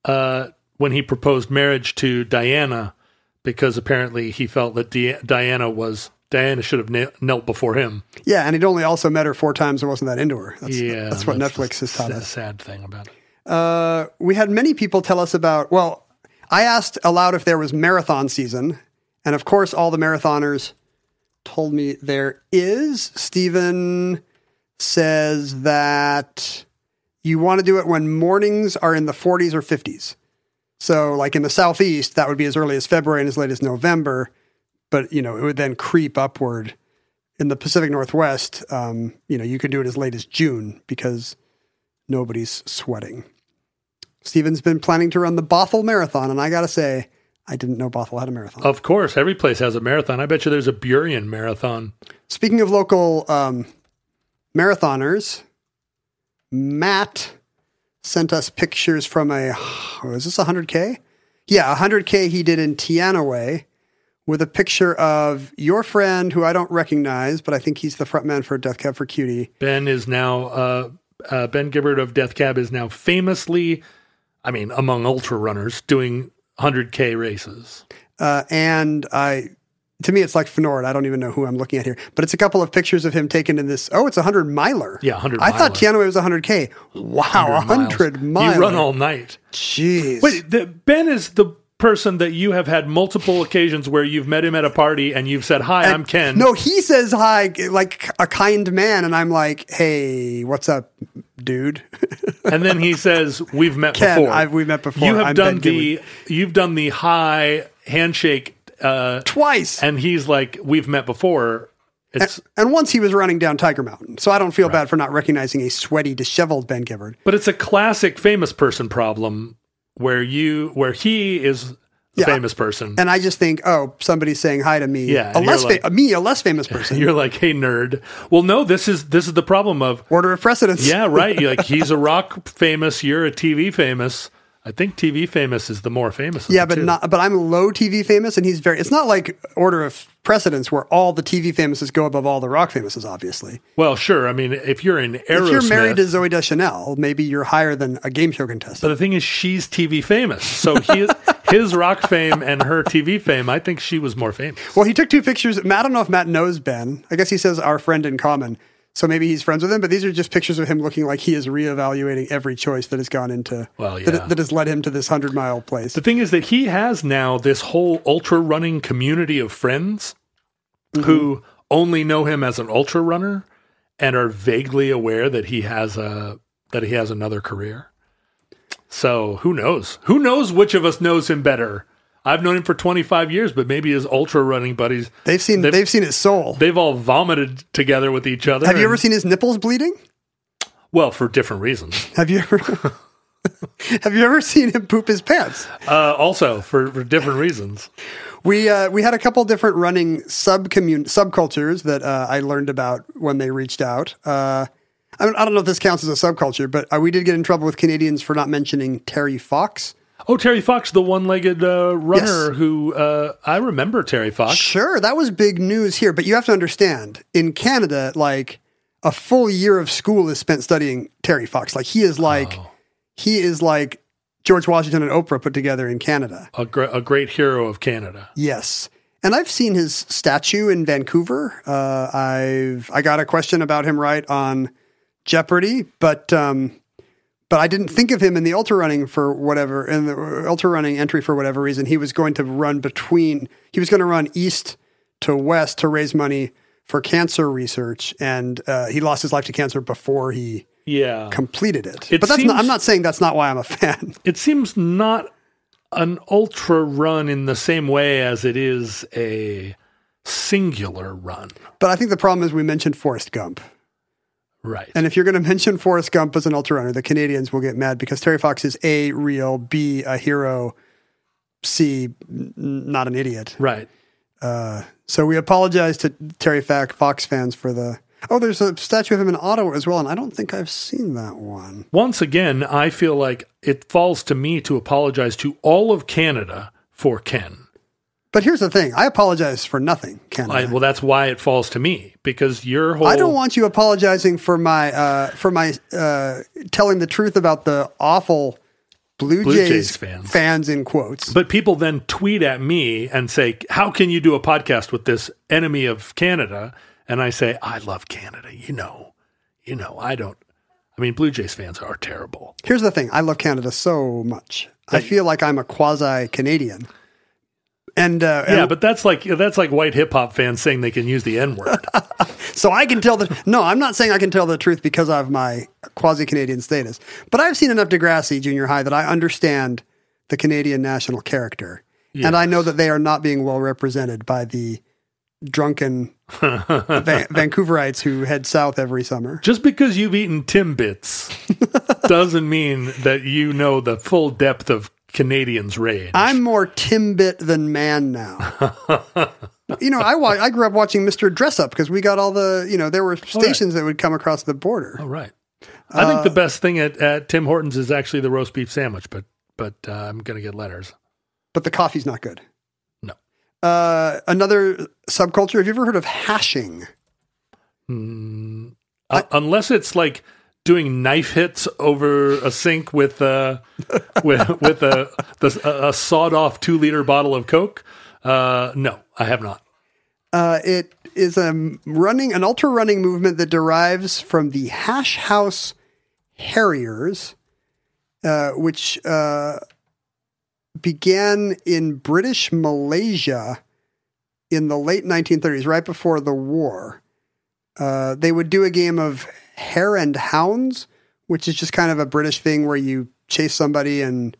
uh, when he proposed marriage to Diana, because apparently he felt that Di- Diana was Diana should have kne- knelt before him.
Yeah, and he'd only also met her four times and wasn't that into her. That's,
yeah,
that's what Netflix has taught
the
us.
sad thing about it.
uh, we had many people tell us about. Well, I asked aloud if there was marathon season, and of course, all the marathoners told me there is. Stephen says that you want to do it when mornings are in the 40s or 50s. So, like in the southeast, that would be as early as February and as late as November, but you know it would then creep upward. In the Pacific Northwest, um, you know you could do it as late as June because nobody's sweating. Steven's been planning to run the Bothell Marathon, and I gotta say, I didn't know Bothell had a marathon.
Of course, every place has a marathon. I bet you there's a Burien marathon.
Speaking of local um, marathoners, Matt sent us pictures from a. Was this 100K? Yeah, 100K he did in Tianaway, with a picture of your friend who I don't recognize, but I think he's the frontman for Death Cab for Cutie.
Ben is now uh, uh, Ben Gibbard of Death Cab is now famously, I mean, among ultra runners, doing 100k races.
Uh, and I, to me, it's like Fenord. I don't even know who I'm looking at here, but it's a couple of pictures of him taken in this. Oh, it's a hundred miler.
Yeah, 100
I thought
miler.
Tianaway was a hundred k. Wow, a
100 miles.
hundred
You
miler.
run all night.
Jeez.
Wait, the, Ben is the person that you have had multiple occasions where you've met him at a party and you've said, "Hi, I'm Ken."
No, he says hi like a kind man, and I'm like, "Hey, what's up, dude?"
and then he says, "We've met
Ken,
before.
I've- we've met before.
You have
I'm
done
Ben
the you've done the high handshake, uh,
Twice.
and he's like, "We've met before." It's
And once he was running down Tiger Mountain, so I don't feel bad for not recognizing a sweaty, disheveled Ben Gibbard.
but it's a classic famous person problem where you where he is the
Yeah.
famous person.
And I just think, oh, somebody's saying hi to me.
Yeah,
a
and you're
less
like-
fa- me, a less famous person.
and you're like, "Hey, nerd." Well, no, this is this is the problem of
Order of precedence.
Yeah, right. You're like he's a rock famous, you're a TV famous. I think TV famous is the more famous. of
Yeah,
the
but
two.
not. But I'm low TV famous, and he's very. It's not like order of precedence where all the TV famouses go above all the rock famouses. Obviously,
Well, sure. I mean, if you're in Aerosmith,
if you're married to Zoe Deschanel, maybe you're higher than a game show contestant.
but the thing is, she's TV famous. So he, his rock fame and her TV fame, I think she was more famous.
Well, he took two pictures. Matt, I don't know if Matt knows Ben. I guess he says our friend in common. So maybe he's friends with him, but these are just pictures of him looking like he is reevaluating every choice that has gone into
Well, yeah.
that, that has led him to this hundred mile place.
The thing is that he has now this whole ultra running community of friends
Mm-hmm.
who only know him as an ultra runner and are vaguely aware that he has a that he has another career. So who knows? Who knows which of us knows him better? I've known him for 25 years, but maybe his ultra running buddies
They've seen
They've-
they've, seen his soul.
they've all vomited together with each other.
Have you ever
and-
seen his nipples bleeding?
Well, for different reasons.
Have you ever Have you ever seen him poop his pants?
Uh, also for, for different reasons.
We uh, we had a couple different running sub subcultures that uh, I learned about when they reached out. Uh, I, don't, I don't know if this counts as a subculture, but uh, we did get in trouble with Canadians for not mentioning Terry Fox.
Oh, Terry Fox, the one-legged uh, runner who uh, I remember Terry Fox.
Sure, that was big news here, but you have to understand in Canada, like a full year of school is spent studying Terry Fox. Like he is like he is like George Washington and Oprah put together in Canada.
a, gr- a great hero of Canada.
Yes. And I've seen his statue in Vancouver. Uh, I've I got a question about him right on Jeopardy, but um, but I didn't think of him in the ultra running for whatever in the ultra running entry for whatever reason. He was going to run between. He was going to run east to west to raise money for cancer research, and uh, he lost his life to cancer before he
Yeah.
completed it.
It
but that's
seems-
not, I'm not saying that's not why I'm a fan.
It seems not an ultra run in the same way as it is a singular run.
But I think the problem is we mentioned Forrest Gump.
Right.
And if you're going to mention Forrest Gump as an ultra runner, the Canadians will get mad because Terry Fox is A, real, B, a hero, C, n- not an idiot.
right.
So we apologize to Terry Fa- Fox fans for the. Oh, there's a statue of him in Ottawa as well, and I don't think I've seen that one.
Once again, I feel like it falls to me to apologize to all of Canada for Ken.
But here's the thing I apologize for nothing, Canada.
I, well, that's why it falls to me because your whole
I don't want you apologizing for my uh, for my uh, telling the truth about the awful Blue,
Blue
Jays,
Jays fans.
fans in quotes.
But people then tweet at me and say, How can you do a podcast with this enemy of Canada? And I say, I love Canada. You know, you know, I don't. I mean, Blue Jays fans are terrible.
Here's the thing I love Canada so much. I feel like I'm a quasi Canadian. And, uh,
Yeah,
and-
but that's like that's like white hip hop fans saying they can use the N word.
so I can tell the no, I'm not saying I can tell the truth because of my quasi Canadian status, but I've seen enough Degrassi junior high that I understand the Canadian national character. And I know that they are not being well represented by the drunken Van- Vancouverites who head south every summer.
Just because you've eaten Timbits doesn't mean that you know the full depth of Canadians' rage.
I'm more Timbit than man now. you know, I wa- I grew up watching Mr. Dress Up because we got all the, you know, there were stations that would come across the border.
All right. I think the best thing at, at Tim Hortons is actually the roast beef sandwich, but but uh, I'm gonna get letters.
But the coffee's not good.
No.
Uh, another subculture. Have you ever heard of hashing?
Uh, unless it's like doing knife hits over a sink with uh, with with a the, a sawed off two liter bottle of Coke. Uh, no, I have not.
Uh, it is a m- running an ultra running movement that derives from the Hash House Harriers, uh, which uh, began in British Malaysia in the late 1930s, right before the war. Uh, they would do a game of hare and hounds, which is just kind of a British thing where you chase somebody and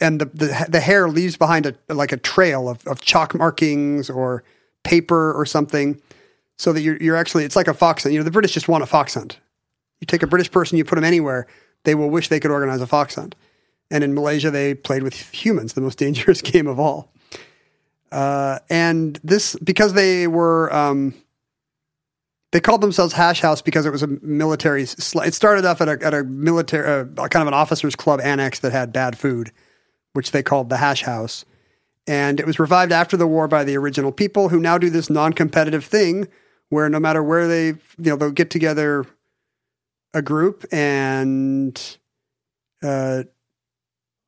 and the, the the hair leaves behind a like a trail of, of chalk markings or paper or something, so that you're you're actually it's like a fox hunt. You know, the British just want a fox hunt. You take a British person, you put them anywhere, they will wish they could organize a fox hunt. And in Malaysia, they played with humans, the most dangerous game of all. Uh, and this because they were. Um, they called themselves Hash House because it was a military. Sl- it started off at a, at a military, uh, kind of an officers' club annex that had bad food, which they called the Hash House. And it was revived after the war by the original people who now do this non competitive thing where no matter where they, you know, they'll get together a group and uh,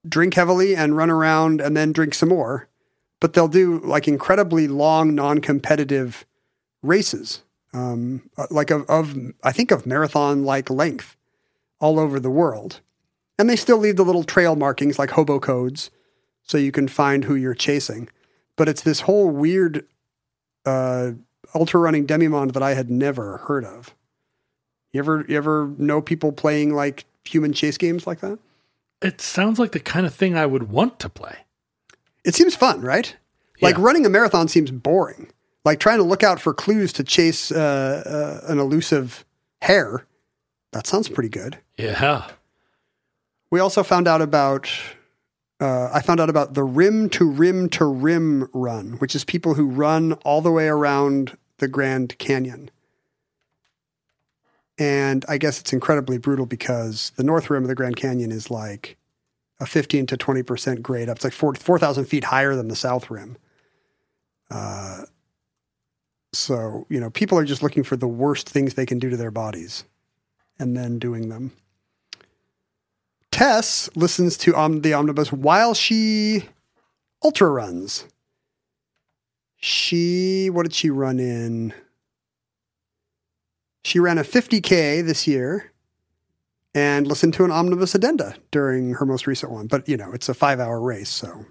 drink heavily and run around and then drink some more. But they'll do like incredibly long non competitive races, um, uh, like of, of, I think, of marathon like length all over the world. And they still leave the little trail markings like hobo codes so you can find who you're chasing. But it's this whole weird uh, ultra running demimond that I had never heard of. You ever you ever know people playing like human chase games like that?
It sounds like the kind of thing I would want to play.
It seems fun, right? Like
Yeah.
running a marathon seems boring. Like trying to look out for clues to chase uh, uh, an elusive hare. That sounds pretty good.
Yeah.
We also found out about. Uh, I found out about the rim to rim to rim run, which is people who run all the way around the Grand Canyon. And I guess it's incredibly brutal because the north rim of the Grand Canyon is like a 15 to 20% grade up. It's like four- 4,000 feet higher than the south rim. Uh, so, you know, people are just looking for the worst things they can do to their bodies and then doing them. Tess listens to Om- the omnibus while she ultra runs. She, what did she run in? She ran a 50K this year and listened to an omnibus addenda during her most recent one. But, you know, it's a five hour race, so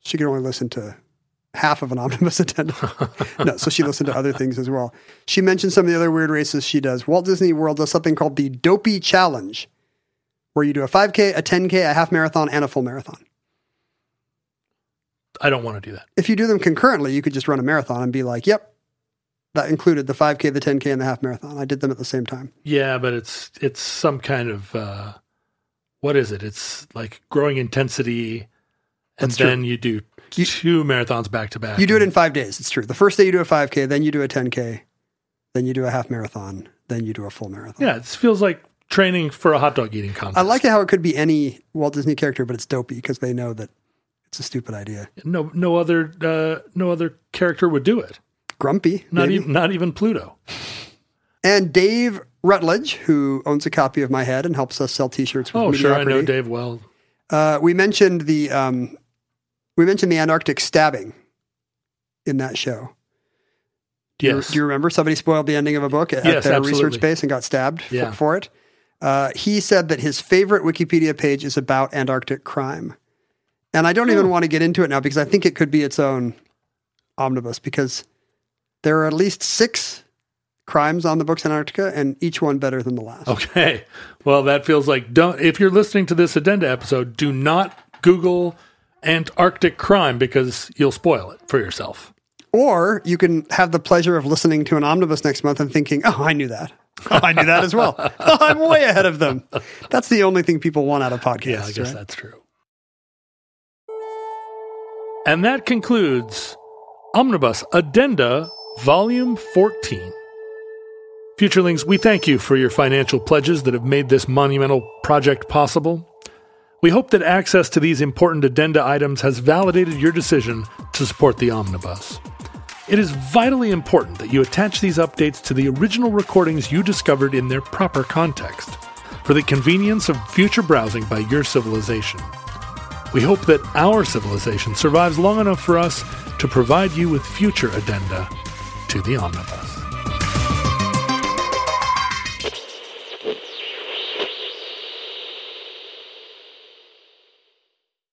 she could only listen to half of an omnibus addenda. no, so she listened to other things as well. She mentioned some of the other weird races she does. Walt Disney World does something called the Dopey Challenge where you do a 5K, a 10K, a half marathon, and a full marathon.
I don't want to do that.
If you do them concurrently, you could just run a marathon and be like, yep, that included the 5K, the 10K, and the half marathon. I did them at the same time.
Yeah, but it's it's some kind of uh, what is it? It's like growing intensity, and
That's true.
then you do two marathons back to back.
You do it in five days. It's true. The first day you do a 5K, then you do a 10K, then you do a half marathon, then you do a full marathon.
yeah. It feels like training for a hot dog eating contest.
I like how it could be any Walt Disney character, but it's dopey because they know that it's a stupid idea.
no no other uh, no other character would do it.
Grumpy.
Not
maybe.
even not even Pluto.
And Dave Rutledge, who owns a copy of My Head and helps us sell t shirts with
Oh, sure, I
mediocrity.
know Dave well.
Uh, we mentioned the um, we mentioned the Antarctic stabbing in that show. Do you-
Yes.
do you remember somebody spoiled the ending of a book at
Yes,
their
absolutely.
research base and got stabbed f-
Yeah.
for it? Uh, he said that his favorite Wikipedia page is about Antarctic crime, and I don't even
Hmm.
want to get into it now because I think it could be its own omnibus because there are at least six crimes on the books in Antarctica, and each one better than the last.
Okay. Well, that feels like don't. If you're listening to this addenda episode, do not Google Antarctic crime because you'll spoil it for yourself.
Or you can have the pleasure of listening to an omnibus next month and thinking, oh, I knew that. Oh, I knew that as well. Oh, I'm way ahead of them. That's the only thing people want out of podcasts.
Yeah, I guess
right?
that's true. And that concludes Omnibus Addenda Volume 14. Futurelings, we thank you for your financial pledges that have made this monumental project possible. We hope that access to these important addenda items has validated your decision to support the omnibus. It is vitally important that you attach these updates to the original recordings you discovered in their proper context for the convenience of future browsing by your civilization. We hope that our civilization survives long enough for us to provide you with future addenda to the omnibus.